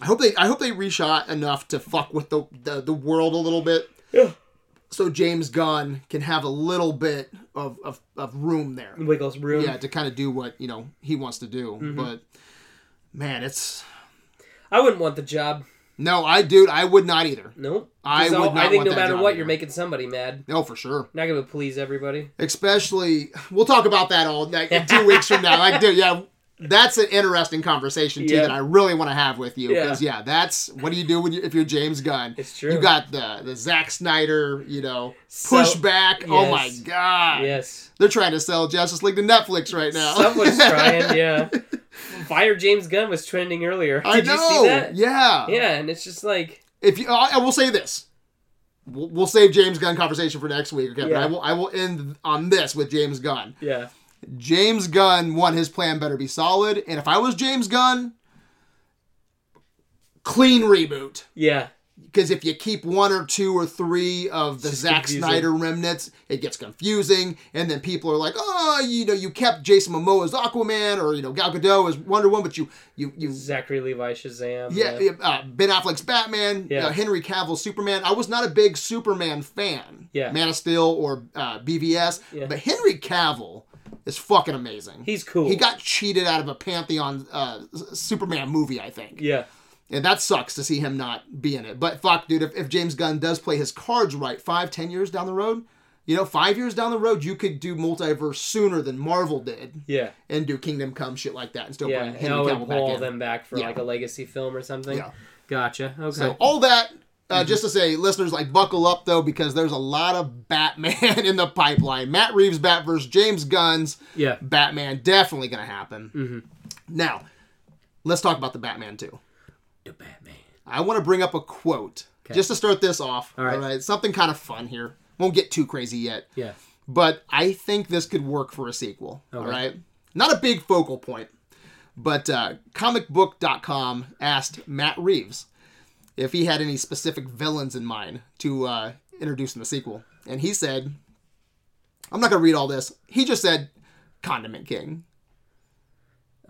I hope they I hope they reshot enough to fuck with the the, the world a little bit. Yeah. So James Gunn can have a little bit of, of, of room there. Wiggles room. Yeah, to kind of do what, you know, he wants to do. Mm-hmm. But man, it's I wouldn't want the job. no, I dude, I would not either. Nope. I 'Cause I'll- would not I think want no that matter job what, either. you're making somebody mad. No, for sure. Not gonna please everybody. especially we'll talk about that all *laughs* like in two weeks from now like dude yeah that's an interesting conversation too Yeah. that i really want to have with you Yeah. because yeah. that's what do you do when you, if you're james gunn It's true. you got the the Zack snyder you know So- pushback oh my Yes. god Yes. they're trying to sell justice league to netflix right now *laughs* Someone's trying. Yeah. Fire James Gunn was trending earlier. i Did know you see that? yeah Yeah, and it's just like if you i, I will say this We'll we'll save James Gunn conversation for next week, okay? But I Yeah. will I will end on this with James Gunn. yeah. James Gunn won his plan better be solid. And if I was James Gunn, clean reboot. Yeah. Because if you keep one or two or three of the just Zack confusing. Snyder remnants, it gets confusing. And then people are like, oh, you know, you kept Jason Momoa as Aquaman or, you know, Gal Gadot as Wonder Woman, but you, you, you, Zachary Levi Shazam. yeah, yeah, uh, Ben Affleck's Batman, Yeah. uh, Henry Cavill's Superman. I was not a big Superman fan, Yeah. Man of Steel or uh, BVS, Yeah. but Henry Cavill is fucking amazing. He's cool. He got cheated out of a Pantheon uh, S- Superman movie, I think. Yeah. And that sucks to see him not be in it. But fuck, dude, if, if James Gunn does play his cards right, five, ten years down the road, you know, five years down the road, you could do multiverse sooner than Marvel did Yeah. and do Kingdom Come shit like that and still Yeah. bring And Henry I Cavill would back pull in. them back for Yeah. like a legacy film or something. Yeah. Gotcha. Okay. So all that, uh, Mm-hmm. just to say, listeners, like buckle up though, because there's a lot of Batman *laughs* in the pipeline. Matt Reeves' Bat versus James Gunn's yeah. Batman definitely gonna happen. Mm-hmm. Now, let's talk about the Batman too. The Batman. I want to bring up a quote just to start this off. right. all right, something kind of fun here. Won't get too crazy yet Yeah. but I think this could work for a sequel. All right. Not a big focal point, but uh, comicbook.com asked Matt Reeves if he had any specific villains in mind to uh, introduce in the sequel. And he said, I'm not going to read all this. He just said, Condiment King.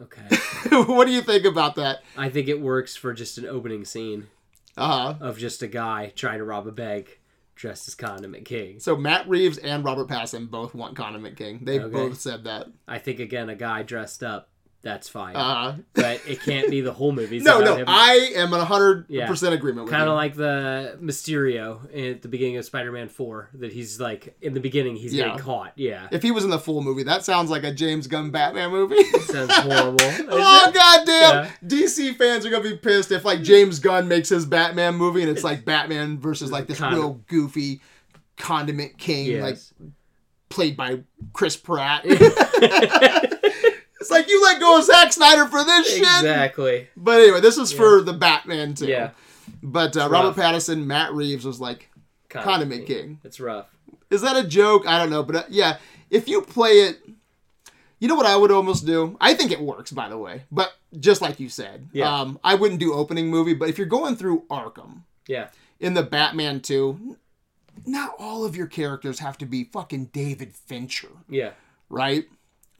Okay. *laughs* what do you think about that? I think it works for just an opening scene Uh, of just a guy trying to rob a bank dressed as Condiment King. so Matt Reeves and Robert Pattinson both want Condiment King. They both said that. I think again a guy dressed up. That's fine, Uh, but it can't be the whole *laughs* movie. no, no, I am in 100% agreement with kind you. of like the Mysterio at the beginning of Spider-Man Four that he's like in the beginning he's Yeah. getting caught. *laughs* Yeah, If he was in the full movie, that sounds like a James Gunn Batman *laughs* movie. *laughs* sounds horrible. oh goddamn! Yeah. DC fans are gonna be pissed if like James Gunn makes his Batman movie and it's like Batman versus like this Kind of. real goofy condiment king, like Yes. played by Chris *laughs* Pratt. *laughs* it's like you let go of Zack Snyder for this shit. exactly. But anyway, this is for the Batman too. Yeah, But uh, rough. Robert Pattinson, Matt Reeves was like Condiment King. It's rough. Is that a joke? I don't know, but uh, yeah, if you play it, you know what I would almost do. I think it works, by the way. But just like you said, Yeah. um, I wouldn't do opening movie. But if you're going through Arkham Yeah, in the Batman Two, n- not all of your characters have to be fucking David Fincher, yeah, right?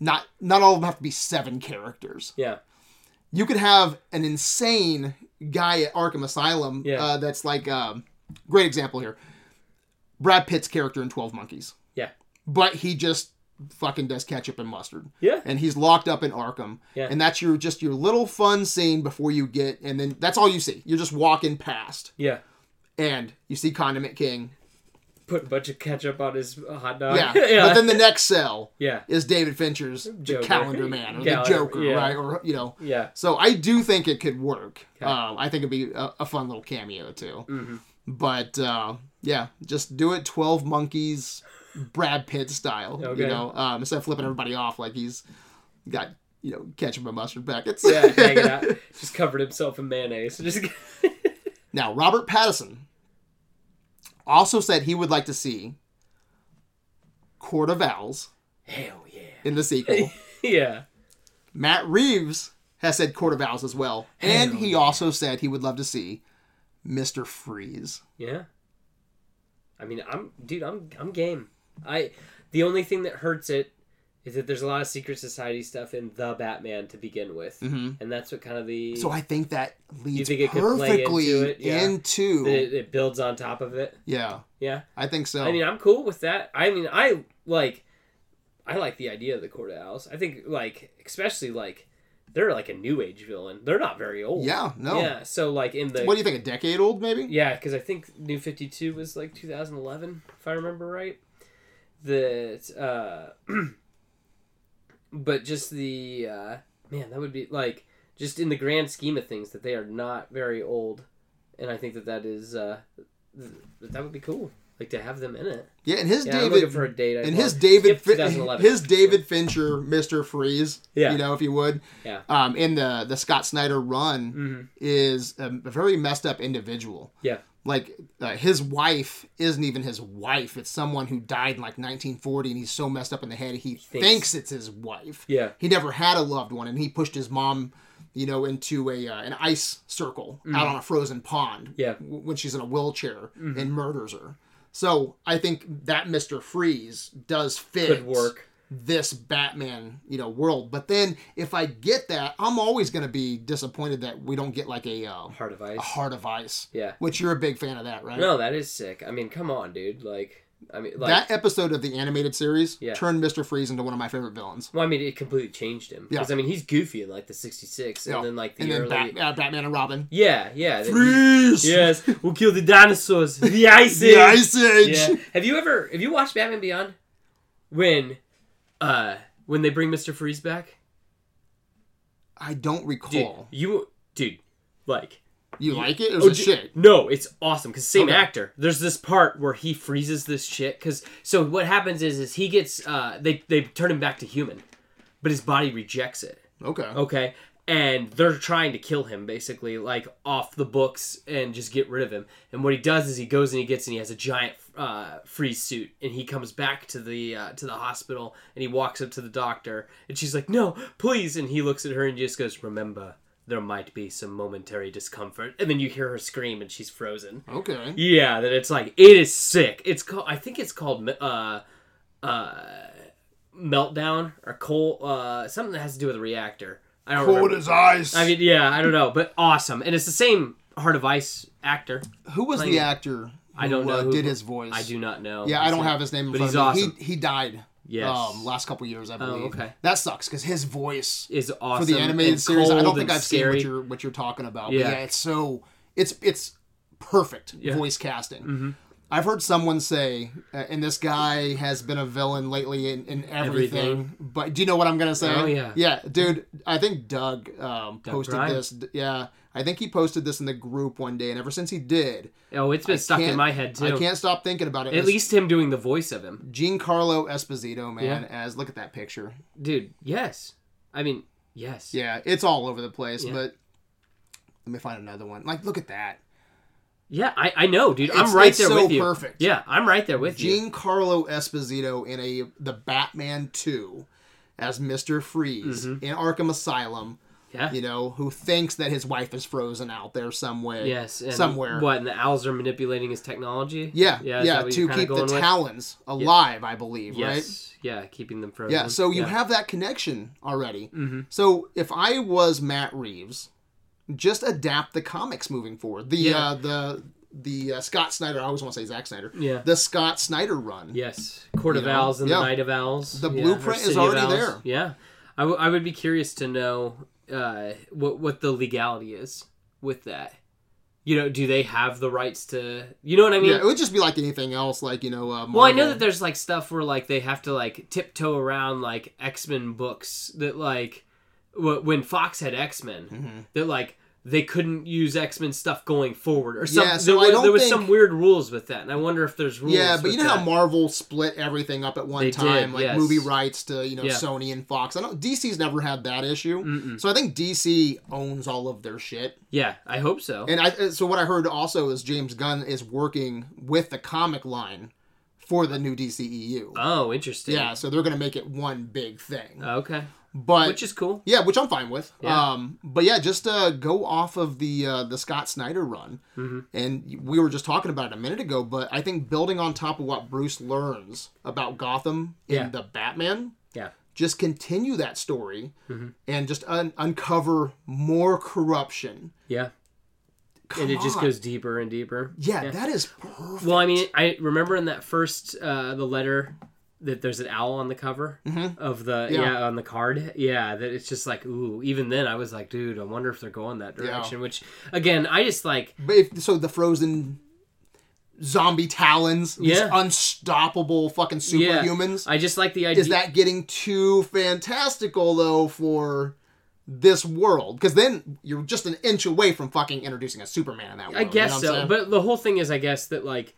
Not not all of them have to be seven characters. yeah, You could have an insane guy at Arkham Asylum. Yeah. Uh, that's like um, great example here. Brad Pitt's character in Twelve Monkeys yeah, but he just fucking does ketchup and mustard. yeah. And he's locked up in Arkham. Yeah. And that's your just your little fun scene before you get and then that's all you see. You're just walking past Yeah. and you see Condiment King. Put a bunch of ketchup on his hot dog. Yeah. Oh, *laughs* yeah. But then the next cell yeah. is David Fincher's The Joker. Calendar Man or Calendar, the Joker, yeah. right? Or you know. Yeah. Mm-hmm. So I do think it could work. Um, I think it'd be a, a fun little cameo too. But uh, yeah, just do it 12 Monkeys, Brad Pitt style. Okay. You know, um, instead of flipping everybody off like he's got, you know, ketchup and mustard packets. Yeah, hanging out, just covered himself in mayonnaise. *laughs* Just *laughs* Now, Robert Pattinson also said he would like to see Court of Owls hell yeah, in the *laughs* sequel. yeah. Matt Reeves has said Court of Owls as well. And Hell he also said he would love to see Mr. Freeze. Yeah. I mean, I'm dude, I'm I'm game. I the only thing that hurts it is that there's a lot of secret society stuff in the Batman to begin with. Mhm. And that's what kind of the So I think that leads Mm-hmm. think it could play perfectly into into, it? Yeah. that it, it builds on top of it. yeah, Yeah. I think so. I mean, I'm cool with that. I mean, I like I like the idea of the Court of Owls. I think like especially like they're like a new age villain. They're not very old. yeah, no. Yeah, so like in the What do you think? A decade old, maybe? Yeah, because I think New Fifty Two was like 2011, if I remember right. That, uh, *clears throat* but just the uh, man, that would be like just in the grand scheme of things that they are not very old, and I think that that is uh, th- that would be cool, like to have them in it. Yeah, and his Yeah, I'm looking David for a date. I and want. his David Fin- Skip 2011. his David Fincher Mr. Freeze, Yeah. you know, if you would. Yeah. Um in the the Scott Snyder run Mhm. is a, a very messed up individual. Yeah. Like uh, his wife isn't even his wife. It's someone who died in like 1940 and he's so messed up in the head he thinks- thinks, it's his wife. Yeah. He never had a loved one and he pushed his mom, you know, into a uh, an ice circle out on a frozen pond Mm-hmm. Yeah. Mm-hmm. w- when she's in a wheelchair and murders her. So I think that Mr. Freeze does fit Could work. this Batman, you know, world. But then if I get that, I'm always going to be disappointed that we don't get like a uh, Heart of a Ice. Heart of Ice, Yeah. which you're a big fan of that, right? No, that is sick. I mean, come on, dude. Like, I mean, like. that episode of the animated series Yeah. turned Mr. Freeze into one of my favorite villains. well, I mean, it completely changed him. Because, I mean, he's goofy in, like, the 66, and Yeah. then, like, the and early. then Bat- uh, Batman and Robin. Yeah, yeah. that- Freeze! Yes, we'll kill the *laughs* dinosaurs. The ice age. The Ice Age! Yeah. Have you ever have you watched Batman Beyond? When, uh, when they bring Mister Freeze back, I don't dude, recall. you dude, like you like it? It was Oh, a d- shit. No, it's awesome because same Okay. actor. There's this part where he freezes this shit because so what happens is is he gets uh they they turn him back to human, but his body rejects it. Okay. Okay. And they're trying to kill him, basically, like off the books and just get rid of him. And what he does is he goes and he gets and he has a giant uh, freeze suit, and he comes back to the uh, to the hospital and he walks up to the doctor, and she's like, "No, please!" And he looks at her and just goes, "Remember, there might be some momentary discomfort." And then you hear her scream, and she's frozen. Okay. Yeah, that it's like it is sick. It's called. I think it's called uh, uh, meltdown or coal. Uh, something that has to do with a reactor. I don't Cold remember. as ice. I mean, yeah, I don't know, but awesome, and it's the same Heart of Ice actor. who was the actor? Who, I don't know Uh, who- did his voice? I do not know. Yeah, I don't have his name in But front he's of me. awesome. He he died. Yes. Oh, Um, last couple years, I believe. okay. That sucks because his voice Is for awesome the animated and series. I cold don't think and I've seen scary. what you're what you're talking about. Yeah. But yeah, it's so it's it's perfect Yeah. Mm-hmm. voice casting. I've heard someone say, uh, and this guy has been a villain lately in, in everything, Everything. But do you know what I'm gonna say? Oh, yeah. yeah, dude. I think Doug, um, posted Bryan? this. D- Yeah, I think he posted this in the group one day, and ever since he did, Oh, it's been stuck in can't- my head too. I can't stop thinking about it. At It's- least him doing the voice of him, Giancarlo Esposito, man, Yeah. as look at that picture. dude. Yes, I mean yes. Yeah, it's all over the place, Yeah. but let me find another one. Like, look at that. Yeah, I, I know, dude. I'm It's- right it's there so with you. perfect. Yeah, I'm right there with you. Giancarlo Esposito in a the Batman 2 as Mr. Freeze Mm-hmm. in Arkham Asylum, Yeah. you know, who thinks that his wife is frozen out there some way. Yes, and somewhere. What and the owls are manipulating his technology? Yeah, yeah, yeah, is that what you're to kinda keep the going with? talons alive, I believe, right? Yes, yeah, keeping them frozen. Yeah, so you yeah. Mm-hmm. have that connection already. So if I was Matt Reeves, just adapt the comics moving forward. The Yeah. uh, the the uh, Scott Snyder. I always want to say Zack Snyder. Yeah. The Scott Snyder run. yes, court of You know, owls and the yeah. night of owls. The yeah, or blueprint is City of already Owls. there. Yeah, I, w- I would be curious to know uh, what what the legality is with that. You know, do they have the rights to? You know what I mean? Yeah, it would just be like anything else, like you know. Uh, Well, I know Marvel. that there's like stuff where like they have to like tiptoe around like Mm-hmm. X Men books that like w- when Fox had X Men that like they couldn't use X Men stuff going forward or something. Yeah, so there, I were- don't there was think- some weird rules with that, and I wonder if there's rules. Yeah, but with you know that. how Marvel split everything up at one They did, time, like yes. movie rights to you know Yeah. Sony and Fox. I don't. DC's never had that issue, Mm-mm. so I think DC owns all of their shit. yeah, I hope so. And I uh, so what I heard also is James Gunn is working with the comic line for the new DCEU. oh, interesting. yeah, so they're gonna make it one big thing. Okay. but Uh, Which is cool. yeah, which I'm fine with. Yeah. Um, but yeah, just uh, go off of the uh, the Scott Snyder run, Mhm. and we were just talking about it a minute ago. But I think building on top of what Bruce learns about Gotham in Yeah. the Batman, Yeah. just continue that story Mhm. and just un- uncover more corruption. Yeah. Come and it just on. goes deeper and deeper. Yeah, that is perfect. Well, I mean, I remember in that first uh, the letter that there's an owl on the cover Mhm. of the Yeah. yeah. on the card. Yeah, that it's just like ooh. Even then, I was like, dude, I wonder if they're going that direction. Which again, I just like But if so, the frozen zombie talons, these Yeah. unstoppable fucking yeah, superhumans. I just like the idea. Is that getting too fantastical though for this world? Because then you're just an inch away from fucking introducing a Superman in that world. I you know guess what I'm so. saying? But the whole thing is, I guess that like.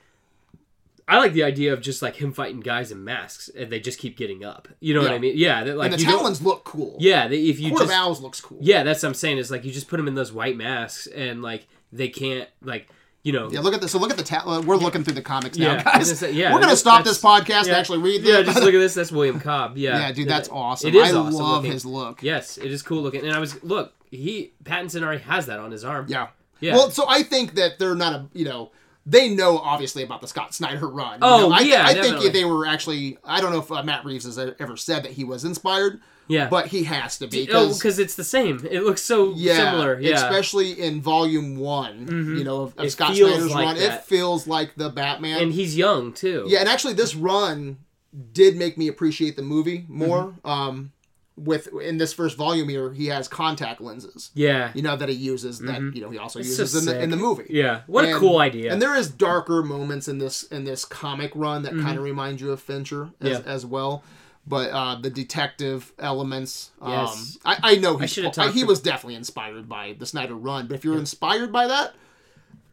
I like the idea of just like him fighting guys in masks, and they just keep getting up. You know what Yeah. I mean? Yeah, that like and the you don't- Talons look cool. Yeah, they, if you Court just of Owls looks cool. Yeah, that's what I'm saying. Is like you just put them in those white masks, and like they can't, like you know, Yeah, look at this. So look at the ta- uh, we're looking through the comics now, Yeah, I was guys. gonna say, yeah, we're gonna that's- stop that's- this podcast and yeah. actually read yeah. them. Just look at this. That's *laughs* William Cobb. Yeah, yeah, dude, that's awesome. It is I awesome love looking. his look. Yes, it is cool looking. And I was look, he Pattinson already has that on his arm. Yeah. Yeah. Well, so I think that they're not a you know they know obviously about the Scott Snyder run. You Oh, know, I, yeah, I think definitely. they were actually. I don't know if uh, Matt Reeves has ever said that he was inspired, yeah. but he has to be oh, because because it's the same. It looks so yeah, similar. Yeah, Mm-hmm. especially in Volume One, you know, of, of It Scott feels Snyder's like run, it that. feels like the Batman. and he's young too. yeah, and actually, this run did make me appreciate the movie more. Mm-hmm. Um, with in this first volume here, he has contact lenses. yeah, You know that he uses that you know he also Mm-hmm. so uses in the, in the sick. movie. yeah. What a And- cool idea. And there is darker moments in this in this comic run that kind of remind you of Fincher as, Mm-hmm. Yeah. as well. But uh, the detective elements, um, Yes. I, I know he's, I- should've talked he to- was definitely inspired by the Snyder run. But if you're inspired by that,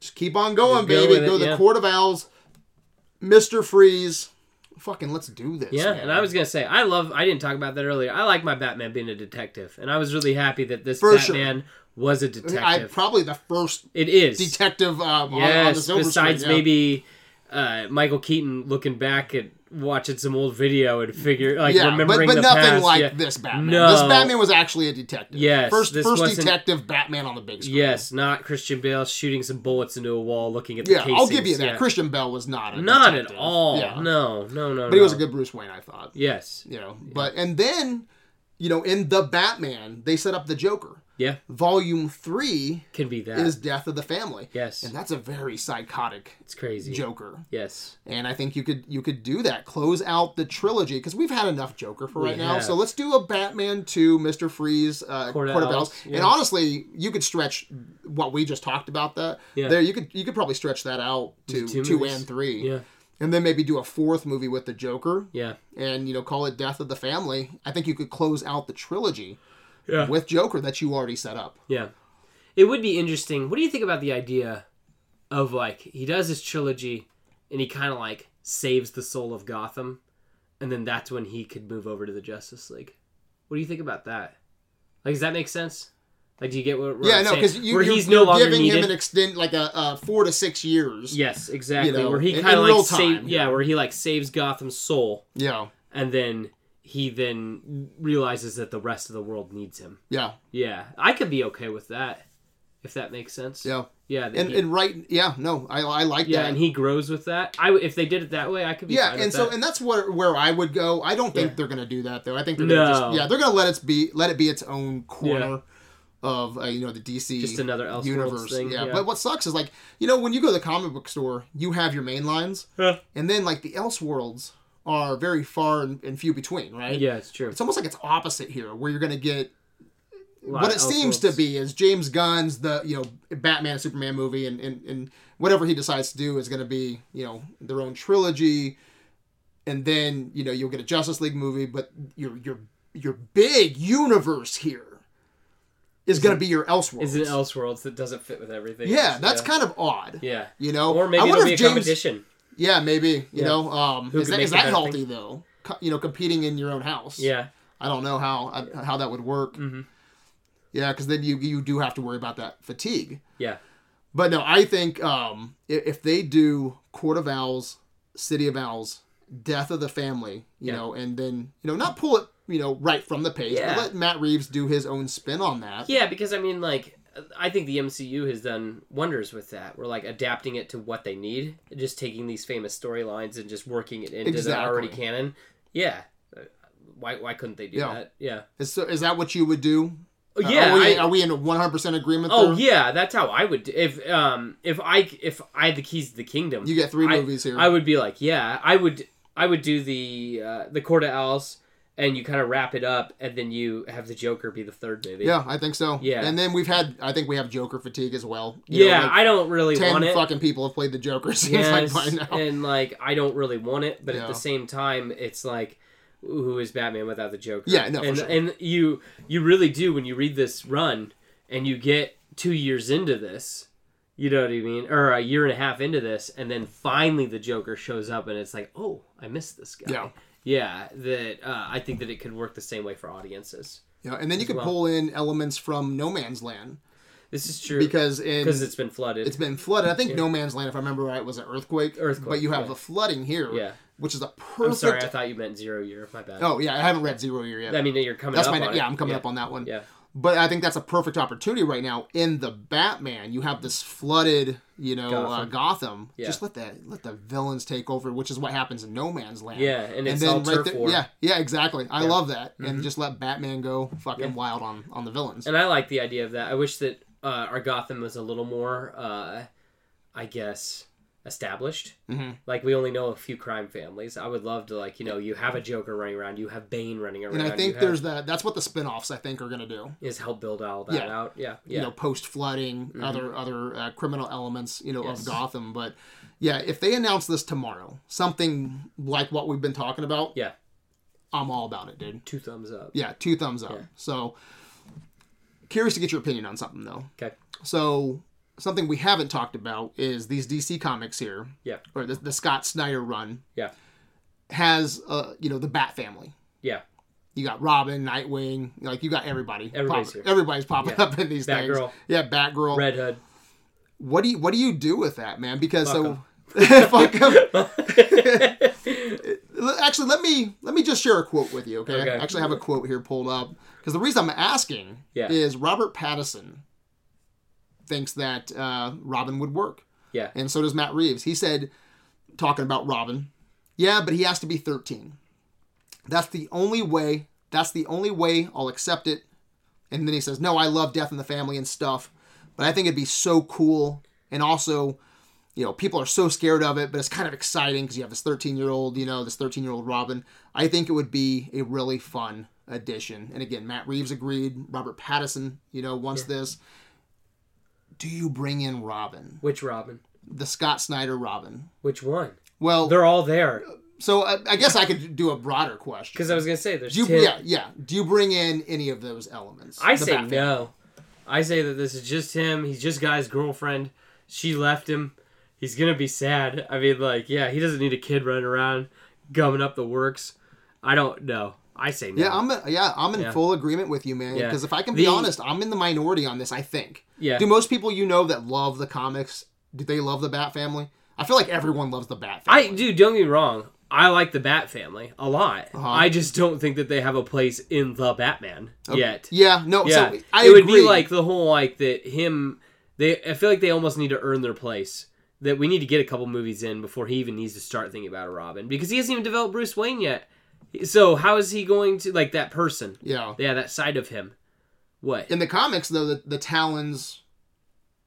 just keep on going, Just go baby. with it, go to the yeah. Court of Owls, Mister Freeze. Fucking let's do this. Yeah, man. and I was gonna say I love. I didn't talk about that earlier. I like my Batman being a detective, and I was really happy that this For sure. Batman was a I detective. probably the first it is. detective um, on- on, the yes, silver screen, besides yeah. maybe uh, Michael Keaton looking back at watching some old video and figure like Yeah, but, remembering but the nothing past. like yeah. this Batman. No. This Batman was actually a detective. Yes, first this first wasn't- detective Batman on the big screen. Yes, not Christian Bale shooting some bullets into a wall, looking at the yeah, I'll give you casings, that. yeah. Christian Bell was not a Not at detective. all. Yeah. No, no, no. but he was a good Bruce Wayne, I thought. Yes. You know, but and then, you know, in the Batman, they set up the Joker. Yeah. Volume three Can be that. is Death of the Family. yes. and that's a very psychotic it's crazy. Joker. Yes. And I think you could you could do that. Close out the trilogy because we've had enough Joker for We right now. have. So let's do a Batman two, Mister Freeze, uh, Court Court of of Owls. Owls, yeah. And honestly, you could stretch what we just talked about. That Yeah. there, you could you could probably stretch that out to two, Two movies. and three, Yeah. and then maybe do a fourth movie with the Joker, Yeah. and you know call it Death of the Family. I think you could close out the trilogy Yeah. with Joker that you already set up. Yeah. It would be interesting. What do you think about the idea of like he does his trilogy and he kind of like saves the soul of Gotham and then that's when he could move over to the Justice League. What do you think about that? Like does that make sense? Like do you get what what yeah, I'm no, saying? because you, where you're, he's you're no longer giving needed. him an extend like a, a four to six years. yes, exactly. know, where he in- kind in of real like time, save, yeah. yeah, where he like saves Gotham's soul yeah, and then he then realizes that the rest of the world needs him. yeah, Yeah, I could be okay with that if that makes sense. yeah. Yeah, that and, he- and right yeah no i, I like Yeah, that and he grows with that. I w- if they did it that way, I could be. yeah fine and with so that. and that's where where i would go i don't think Yeah. they're gonna do that though i think they're gonna No. just yeah they're gonna let it be let it be its own corner of uh, you know the dc Just another Elseworlds universe thing, yeah. yeah. but what sucks is like you know when you go to the comic book store you have your main lines Yeah. and then like the elseworlds are very far and, and few between right yeah, it's true. it's almost like it's opposite here where you're gonna get Lot what of it seems to Elseworlds. be is James Gunn's the you know Batman Superman movie and and, and whatever he decides to do is going to be you know their own trilogy, and then you know you'll get a Justice League movie, but your your your big universe here is going to be your Elseworlds. Is it Elseworlds that doesn't fit with everything? yeah, that's kind of odd. yeah. You know, Or maybe I it'll wonder be a if James. competition. Yeah, maybe. You Yeah. know, um, Who is can that, make is the that better healthy though? Co- you know, competing in your own house. Yeah. I don't know how I, how that would work. Mhm. Yeah, because then you you do have to worry about that fatigue. Yeah. But no, I think um, i- if they do Court of Owls, City of Owls, Death of the Family, you Yeah. know, and then you know not pull it you know right from the page, Yeah. but let Matt Reeves do his own spin on that. Yeah, because I mean, like, I think the MCU has done wonders with that. We're like adapting it to what they need, just taking these famous storylines and just working it into the already Exactly. canon. Yeah. Uh, Why, why couldn't they do Yeah. that? Yeah. Is, so, is that what you would do? Oh, Uh, yeah. are we, I- are we in one hundred percent agreement? oh, there? yeah. That's how I would. do- If um, if I if I had the keys to the kingdom, You get three I- movies here. I would be like, yeah, I would, I would do the uh, the Court of Owls, and you kind of wrap it up, and then you have the Joker be the third movie. yeah, I think so. Yeah. and then we've had I think we have Joker fatigue as well. You know, yeah. like, I don't really ten want it. fucking people have played the Joker *laughs* since like yes, by now. and like I don't really want it, but at Yeah. the same time, it's like who is Batman without the Joker? Yeah, no, for and sure. and you you really do when you read this run and you get two years into this. You know what I mean, or a year and a half into this, and then finally the Joker shows up, and it's like, oh, I missed this guy. Yeah. Yeah, that uh, I think that it could work the same way for audiences. Yeah, and then you could well. pull in elements from No Man's Land This is true because in because it's been flooded. it's been flooded. I think No Man's Land, if I remember right, was an earthquake. Earthquake, But you have yeah. the flooding here, Yeah. which is a perfect. I'm sorry, I thought you meant zero year. My bad. oh yeah, I haven't read Zero Year yet. I mean you're coming. that's up my on yeah. it. I'm coming up on that one. Yeah. But I think that's a perfect opportunity right now in the Batman. You have this flooded, you know, Gotham. Uh, Gotham. Gotham. Yeah. Just let that let the villains take over, which is what happens in No Man's Land. Yeah, and it's all turf war. Mm-hmm. yeah, yeah, exactly. I love that, and just let Batman go fucking wild on on the villains. And I like the idea of that. I wish that uh, our Gotham was a little more, uh, I guess, established. Mhm. Like we only know a few crime families. I would love to, like, you know, you have a Joker running around, you have Bane running around. And I you think have- there's that. That's what the spin-offs I think are gonna do. is help build all that Yeah. out. Yeah, yeah. Mm-hmm. you know post flooding other other uh, criminal elements you know Yes. of Gotham but yeah if they announce this tomorrow something like what we've been talking about Yeah. I'm all about it dude Two thumbs up. yeah two thumbs up so curious to get your opinion on something though Okay. so something we haven't talked about is these DC comics here Yeah. or the, the Scott Snyder run Yeah. has uh you know the Bat family Yeah. you got Robin, Nightwing, like you got everybody. Everybody's popping, here. everybody's popping up in these things. Batgirl. Yeah, Batgirl Red Hood. what do you what do you do with that man because so *laughs* fuck 'em. *laughs* L- actually let me let me just share a quote with you okay, Okay. i actually have a quote here pulled up because the reason i'm asking Yeah. is robert pattinson thinks that uh, robin would work *laughs* Yeah. and so does matt reeves he said talking about robin yeah but he has to be 13 that's the only way that's the only way i'll accept it and then he says no i love death in the family and stuff but i think it'd be so cool and also you know, people are so scared of it, but it's kind of exciting because you have this 13 year old, you know, this 13 year old Robin. I think it would be a really fun addition. And again, Matt Reeves agreed. Robert Pattinson, you know, wants this. Do you bring in Robin, Which Robin? the Scott Snyder Robin? Which one? Well, They're all there. so I, I guess I could do a broader question. Because I was gonna say there's do you, ten. yeah, yeah. Do you bring in any of those elements? I The say Batman. no. I say that this is just him. He's just guy's girlfriend. She left him. He's gonna be sad. I mean, like, yeah, he doesn't need a kid running around gumming up the works. I don't know. I say no. Yeah, I'm a, yeah, I'm in Yeah. full agreement with you, man. Yeah. Because if I can be The- honest, I'm in the minority on this. I think. Yeah. Do most people you know that love the comics? Do they love the Bat Family? I feel like everyone loves the Bat I Family. dude, don't get me wrong. I like the Bat family a lot. Uh-huh. I just don't think that they have a place in the Batman yet. yeah, no, Yeah, so I it would agree. be like the whole like that him. They I feel like they almost need to earn their place. That we need to get a couple movies in before he even needs to start thinking about a Robin because he hasn't even developed Bruce Wayne yet. So how is he going to like that person? yeah. Yeah, that side of him. What? In the comics, though, the, the Talons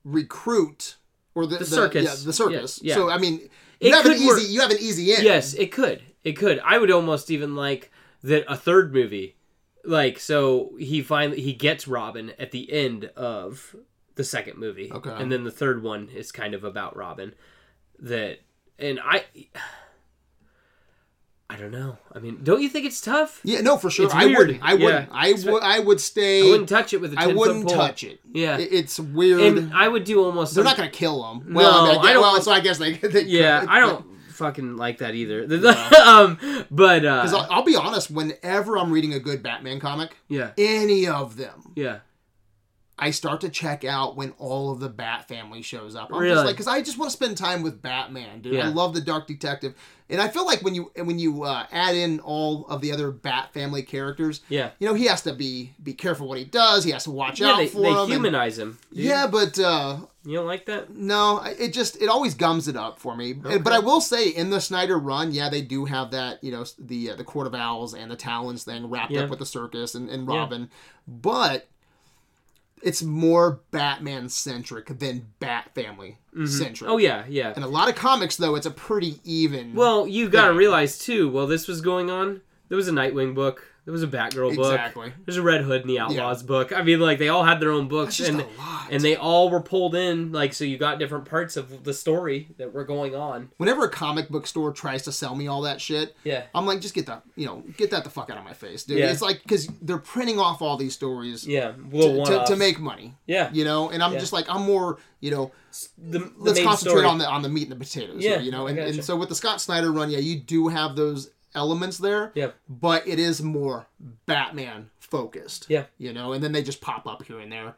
recruit or the, the, circus. yeah, the circus. Yeah, yeah. So I mean, It you have an could easy, work. you have an easy in. Yes, it could. It could. I would almost even like that a third movie. Like so he finally he gets Robin at the end of the second movie. Okay. And then the third one is kind of about Robin that and I I don't know. I mean, don't you think it's tough? Yeah, no, for sure. It's I weird. wouldn't. I wouldn't. Yeah. I would. I would stay. I wouldn't touch it with a 10 I wouldn't foot pole. touch it. Yeah. It- it's weird. And I would do almost. They're some- not gonna kill them. No, Well, I, mean, I, I guess- don't well, want- so I guess they. *laughs* they yeah, could, but- I don't fucking like that either. *laughs* um, but uh, 'Cause I'll, I'll be honest, whenever I'm reading a good Batman comic, yeah, any of them, yeah, I start to check out when all of the Bat family shows up. I'm just Really? like, because I just want to spend time with Batman, dude. I Yeah. love the Dark Detective, and I feel like when you when you uh, add in all of the other Bat family characters, yeah. you know, he has to be be careful what he does. He has to watch Yeah, out they, for they him. and- humanize him. dude. yeah, but uh, you don't like that? No, I- it just it always gums it up for me. Okay. But I will say, in the Snyder run, yeah, they do have that you know s- the uh, the Court of Owls and the Talons thing wrapped Yeah. up with the circus and, and Yeah. Robin, but it's more Batman centric than Bat Family centric. Oh yeah, yeah. In a lot of comics, though, it's a pretty even. Well, you got to realize too. While this was going on, there was a Nightwing book. There was a Batgirl book. Exactly. There's a Red Hood and the Outlaws book. I mean, like they all had their own books, it's just and a lot. and they all were pulled in. Like so, you got different parts of the story that were going on. Whenever a comic book store tries to sell me all that shit, Yeah. I'm like, just get that, you know, get that the fuck out of my face, dude. Yeah. It's like because they're printing off all these stories Yeah, to- little one to, to make money. yeah you know and i'm Yeah. just like i'm more you know the, the let's main concentrate story. on the on the meat and the potatoes Yeah, you know I and, and gotcha. so with the scott snyder run yeah you do have those elements there yeah but it is more batman focused Yeah. Mm-hmm. you know and then they just pop up here and there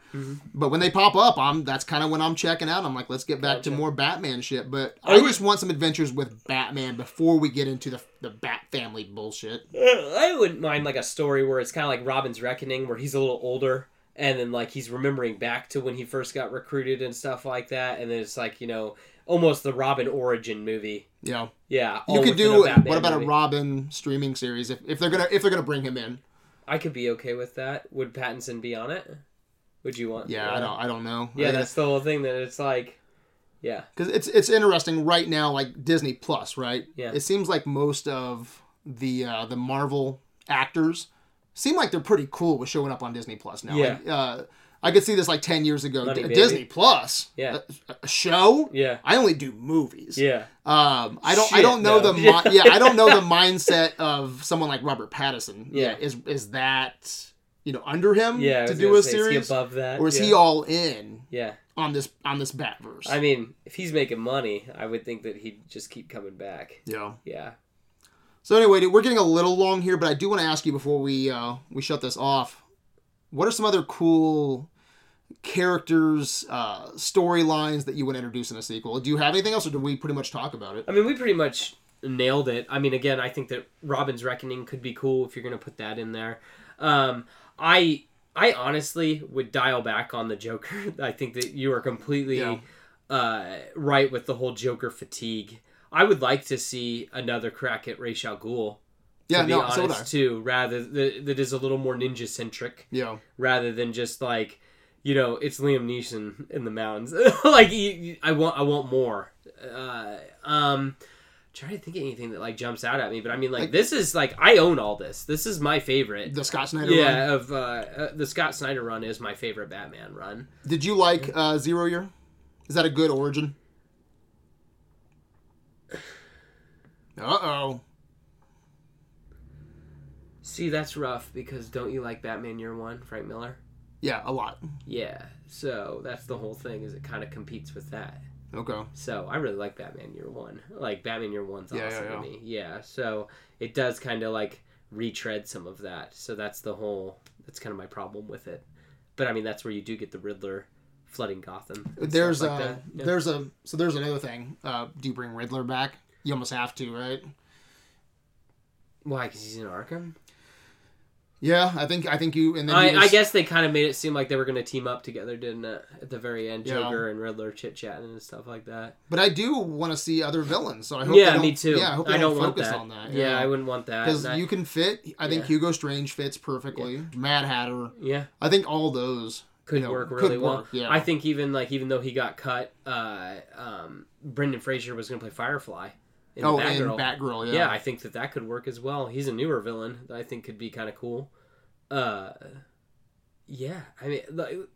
but when they pop up i'm that's kind of when i'm checking out i'm like let's get back to Gotcha. more batman shit but Are i we- just want some adventures with batman before we get into the the bat family bullshit Uh, I wouldn't mind like a story where it's kind of like Robin's Reckoning, where he's a little older and then like he's remembering back to when he first got recruited and stuff like that, and then it's like you know almost the Robin origin movie. you know Yeah, you all could within a do Oh, Batman what about movie. a robin streaming series if, if they're gonna if they're gonna bring him in I could be okay with that. Would Pattinson be on it? Would you want? yeah i don't i don't know Yeah, I- that's the whole thing. That it's like, yeah, because it's it's interesting right now like disney plus right Yeah. it seems like most of the uh the marvel actors seem like they're pretty cool with showing up on disney plus now Yeah. like, uh i could see this like 10 years ago Money D- Baby. disney plus Yeah. a, a show yeah, i only do movies yeah. um i don't i Shit, don't know no. the mi- yeah i don't know *laughs* the mindset of someone like robert pattinson Yeah. is is that you know under him Yeah, I to was do gonna a say, is he series above that, or is yeah. he all in yeah, on this on this batverse I mean, if he's making money, I would think that he'd just keep coming back. yeah Yeah, So anyway, dude, we're getting a little long here, but I do want to ask you before we uh, we shut this off. What are some other cool characters, uh, storylines that you would introduce in a sequel? Do you have anything else, or do we pretty much talk about it? I mean, we pretty much nailed it. I mean, again, I think that Robin's Reckoning could be cool if you're going to put that in there. Um, I I honestly would dial back on the Joker. *laughs* I think that you are completely Yeah. uh, right with the whole Joker fatigue. I would like to see another crack at Ra's al Ghul. Yeah, to be no, so would I. honest, too, rather that, that is a little more ninja centric Yeah, rather than just like you know it's Liam Neeson in the mountains. *laughs* like you, you- I want I want more. Uh, um, trying to think of anything that like jumps out at me, but I mean like, Like- this is like I own all this. This is my favorite. the Scott Snyder. yeah, One. of uh, uh, the Scott Snyder run is my favorite Batman run. Did you like uh, Zero Year? Is that a good *sighs* origin? Uh oh. See, that's rough because don't you like Batman Year One, Frank Miller? Yeah, a lot. Yeah, so that's the whole thing is it kind of competes with that. Okay. So I really like Batman Year One. Like Batman Year One's Yeah, awesome yeah, yeah. to me. Yeah. So it does kind of like retread some of that. So that's the whole. That's kind of my problem with it. But I mean, that's where you do get the Riddler flooding Gotham. and There's uh, stuff a like that. Yeah. there's a so there's another thing. Uh, do you bring Riddler back? You almost have to, right? why because he's in Arkham. Yeah, I think I think you and then I, he was- I guess they kind of made it seem like they were going to team up together, didn't it? At the very end, Yeah. Joker and Riddler chit chatting and stuff like that. But I do want to see other villains, so I hope they Yeah, don't, me too. Yeah, I hope they I don't, don't want focus that. on that. yeah. I wouldn't want that. because And I- you can fit. I think Yeah. Hugo Strange fits perfectly. Mad Hatter. yeah. I think all those could you know, work could really well. work, yeah. I think even like even though he got cut, uh, um, Brendan Fraser was going to play Firefly. In oh, the and Batgirl. Batgirl. yeah. Yeah. I think that that could work as well. He's a newer villain that I think could be kind of cool. Uh, yeah, I mean,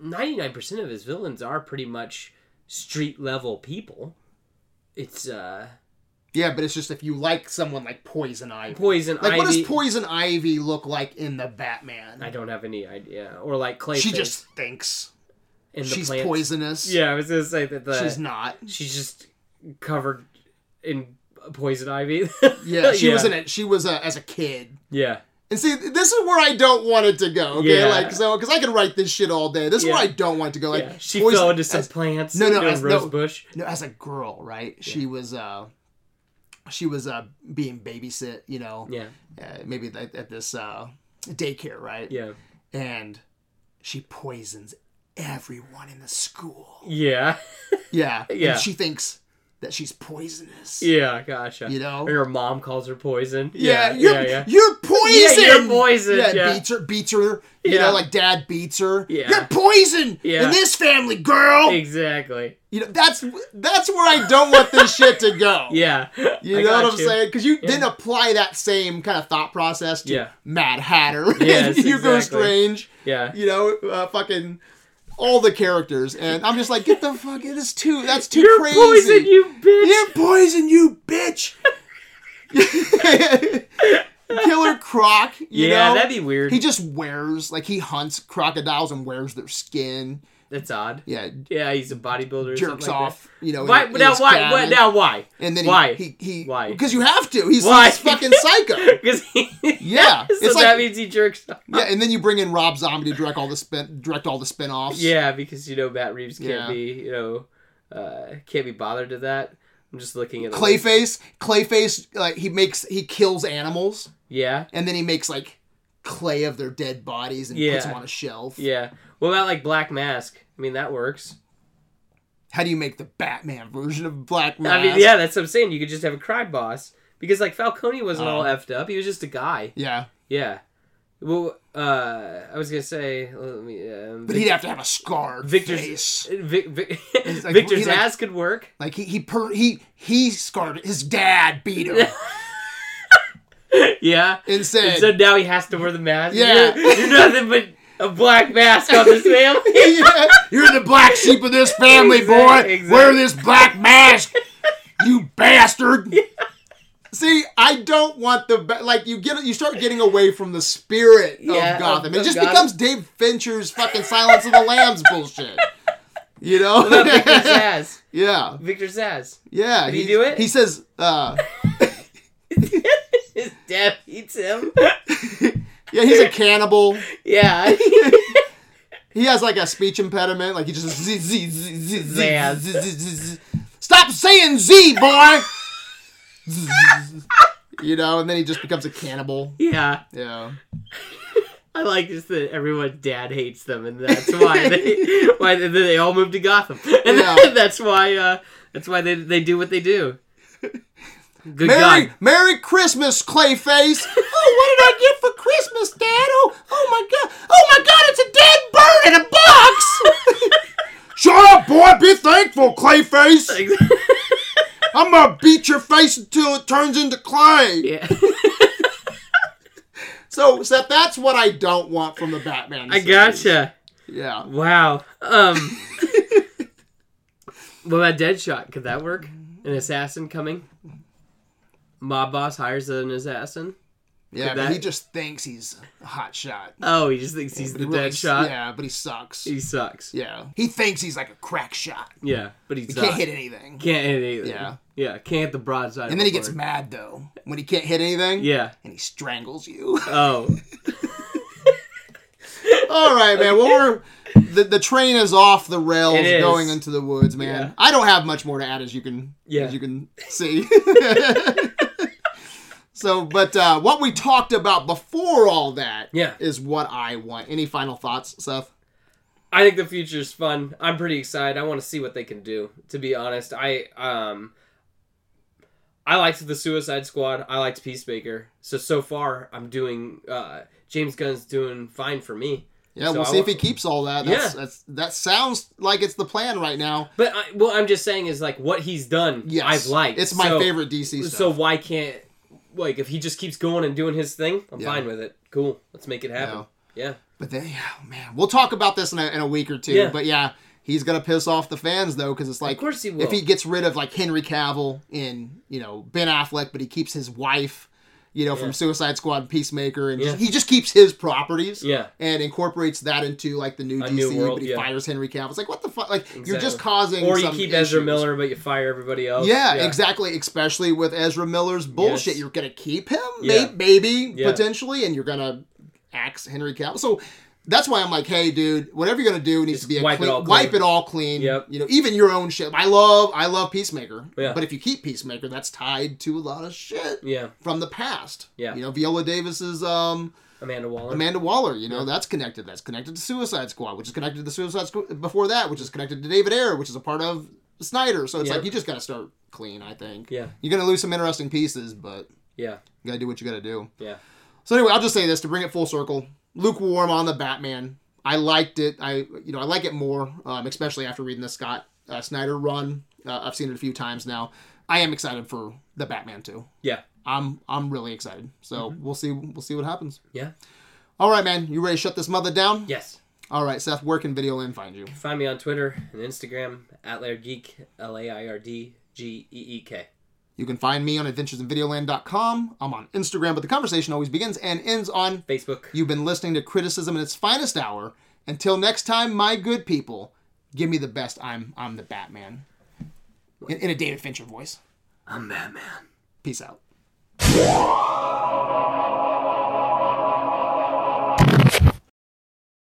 ninety nine percent of his villains are pretty much street level people. It's uh, Yeah, but it's just if you like someone like Poison Ivy. Poison like, Ivy. what does Poison Ivy look like in the Batman? I don't have any idea. Or like Clayface. she just thinks in the she's plants. poisonous. Yeah, I was gonna say that the she's not. she's just covered in poison ivy. *laughs* Yeah, she yeah. was in it. She was a, as a kid. Yeah, And see, this is where I don't want it to go. Okay, Yeah. like so, because I could write this shit all day. This is Yeah. where I don't want it to go. Like yeah. She poison- fell into some as- plants. No, no, in a as- no. rose bush. no, as a girl, right? She was uh, she was uh being babysit. You know, Yeah, uh, maybe at, at this uh daycare, right? yeah, And she poisons everyone in the school. yeah, *laughs* Yeah, Yeah. And she thinks that she's poisonous. yeah. Gotcha. You know. And her mom calls her poison. Yeah, yeah, you're, yeah. *laughs* yeah. you're poison. Yeah, you're poison, yeah. beats her, beats her. You Yeah. know, like dad beats her. Yeah. You're poison Yeah. in this family, girl. Exactly. You know, that's that's where I don't want *laughs* this shit to go. Yeah. You I know what got I'm you. saying? Because you didn't apply that same kind of thought process to Yeah. Mad Hatter, *laughs* Yes, Hugo exactly. Strange, Yeah. you know, uh, fucking all the characters. And I'm just like, get the fuck, it is too, that's too You're crazy. poison, you bitch. You're poison, you *laughs* bitch. Killer Croc. You yeah, know? that'd be weird. He just wears like he hunts crocodiles and wears their skin. That's odd. Yeah, Yeah, he's a bodybuilder. or jerks something like off. You know. That. in- Why, in now, his why, cabin. why? Now, why? *laughs* And then why? He, he, he Why? Because you have to. He's, Why? he's fucking *laughs* psycho. Because he. Yeah, *laughs* so it's that like means he jerks off. yeah, and then you bring in Rob Zombie to direct all the spin, direct all the spin-offs. Yeah, because you know Matt Reeves can't Yeah. be you know uh, can't be bothered to that. I'm just looking at the list. Clayface, Clayface, like he makes he kills animals Yeah, and then he makes like clay of their dead bodies and Yeah. puts them on a shelf. yeah. What about like Black Mask? I mean, that works. How do you make the Batman version of Black Mask? I mean, yeah, that's what I'm saying. You could just have a crime boss because like Falcone wasn't all Oh. effed up. He was just a guy. Yeah. Yeah. Well, uh, I was gonna say, let me. Um, But he'd have to have a scarred Victor's face. Vic, Vic, *laughs* like- Victor's he like- ass could work. Like he he per, he he scarred his dad beat him yeah. and said So now he has to wear the mask. Yeah. You're, you're nothing but a black mask *laughs* on this family. "Yeah, You're the black sheep of this family, boy. Exact- Wear this black *laughs* mask, you bastard. See, I don't want the ba- like you get you start getting away from the spirit Yeah, of Gotham. of- it of just Gotham. becomes Dave Fincher's fucking Silence of the Lambs bullshit. You know? What about Victor Zaz? *laughs* yeah, Victor Zaz. yeah. Did he do it? He says, uh, His dad beats *laughs* him. yeah, he's a cannibal. Yeah. He has like a speech impediment. Like he just z z z z z z Zaz. z z. z- Stop saying Z, boy. Z- z- z- you know, and then he just becomes a cannibal. *laughs* yeah. Yeah, I like just that everyone's dad hates them, and that's *laughs* why they why they, they all moved to Gotham, and Yeah. *laughs* that's why uh, that's why they they do what they do. Good Merry God. Merry Christmas, Clayface. oh, what did I get for Christmas, Dad? Oh, oh my God! Oh my God! It's a dead bird in a box. *laughs* Shut up, boy. Be thankful, Clayface. I'm gonna beat your face until it turns into clay. *laughs* yeah. So, Seth, that's what I don't want from the Batman. I series. gotcha. Yeah. Wow. *laughs* Um. what about Deadshot? Could that work? An assassin coming. Mob boss hires an assassin. Yeah, Could but that- he just thinks he's a hot shot. Oh, he just thinks he's But the he really- Deadshot. Yeah, but he sucks. He sucks. Yeah. He thinks he's like a crack shot. Yeah, but he's He not. can't hit anything. Can't hit anything. Yeah. Yeah, can't hit the broadside. And of then a he gets bird. mad though when he can't hit anything. Yeah. And he strangles you. *laughs* Oh. All right, man. Well, we're the, the train is off the rails, It is. going into the woods, man. Yeah. I don't have much more to add, as you can, Yeah. as you *laughs* can see. so, but uh, what we talked about before all that is *laughs* Yeah. what I want. Any final thoughts, Seth? I think the future's fun. I'm pretty excited. I want to see what they can do. To be honest, I um I liked the Suicide Squad. I liked Peacemaker. So so far, I'm doing uh James Gunn's doing fine for me. Yeah, So we'll I see if wa- he keeps all that. That's, Yeah. that's that sounds like it's the plan right now. But I, what I'm just saying is like what he's done, Yes, I've liked. It's my So- favorite DC stuff. So why can't like if he just keeps going and doing his thing, I'm Yeah. fine with it. Cool. Let's make it happen. Yeah. Yeah. But they, oh man, we'll talk about this in a, in a week or two. Yeah. But yeah, He's gonna piss off the fans though, because it's like, Of course he will. if he gets rid of like Henry Cavill and you know Ben Affleck, but he keeps his wife, you know, Yeah. from Suicide Squad and Peacemaker, and Yeah. he just keeps his properties, Yeah. and incorporates that into like the new A DC. new world, but he yeah. fires Henry Cavill. It's like what the fuck? Like you're just Exactly. causing Or you some keep Ezra issues. Miller, but you fire everybody else. Yeah, exactly. Especially with Ezra Miller's bullshit, Yes. you're gonna keep him, Yeah. may maybe Yeah. potentially, and you're gonna axe Henry Cavill. So that's why I'm like, hey, dude, whatever you're gonna do needs Just to be a wipe it clean, all clean. wipe it all clean. Yep. You know, even your own shit. I love, I love Peacemaker. Yeah. But if you keep Peacemaker, that's tied to a lot of shit Yeah. from the past. Yeah. You know, Viola Davis's um Amanda Waller. Amanda Waller, you know, Yeah. that's connected. That's connected to Suicide Squad, which is connected to the Suicide Squad before that, which is connected to David Ayer, which is a part of Snyder. So it's Yeah. like you just got to start clean, I think. Yeah. You're going to lose some interesting pieces, but yeah. you got to do what you got to do. Yeah. So anyway, I'll just say this to bring it full circle. Lukewarm on the Batman. I liked it. I you know, I like it more, um, especially after reading the Scott uh, Snyder run. Uh, I've seen it a few times now. I am excited for the Batman too. Yeah. I'm I'm really excited. So we'll see we'll see what happens. Yeah. All right, man. You ready to shut this mother down? Yes. All right, Seth. Where can Video Land find you? Find me on Twitter and Instagram at Laird Geek, L A I R D G E E K. You can find me on adventuresinvideoland.com. I'm on Instagram, but the conversation always begins and ends on. Facebook. You've been listening to criticism in its finest hour. Until next time, my good people, give me the best. I'm I'm the Batman. In, in a David Fincher voice. I'm Batman. Peace out.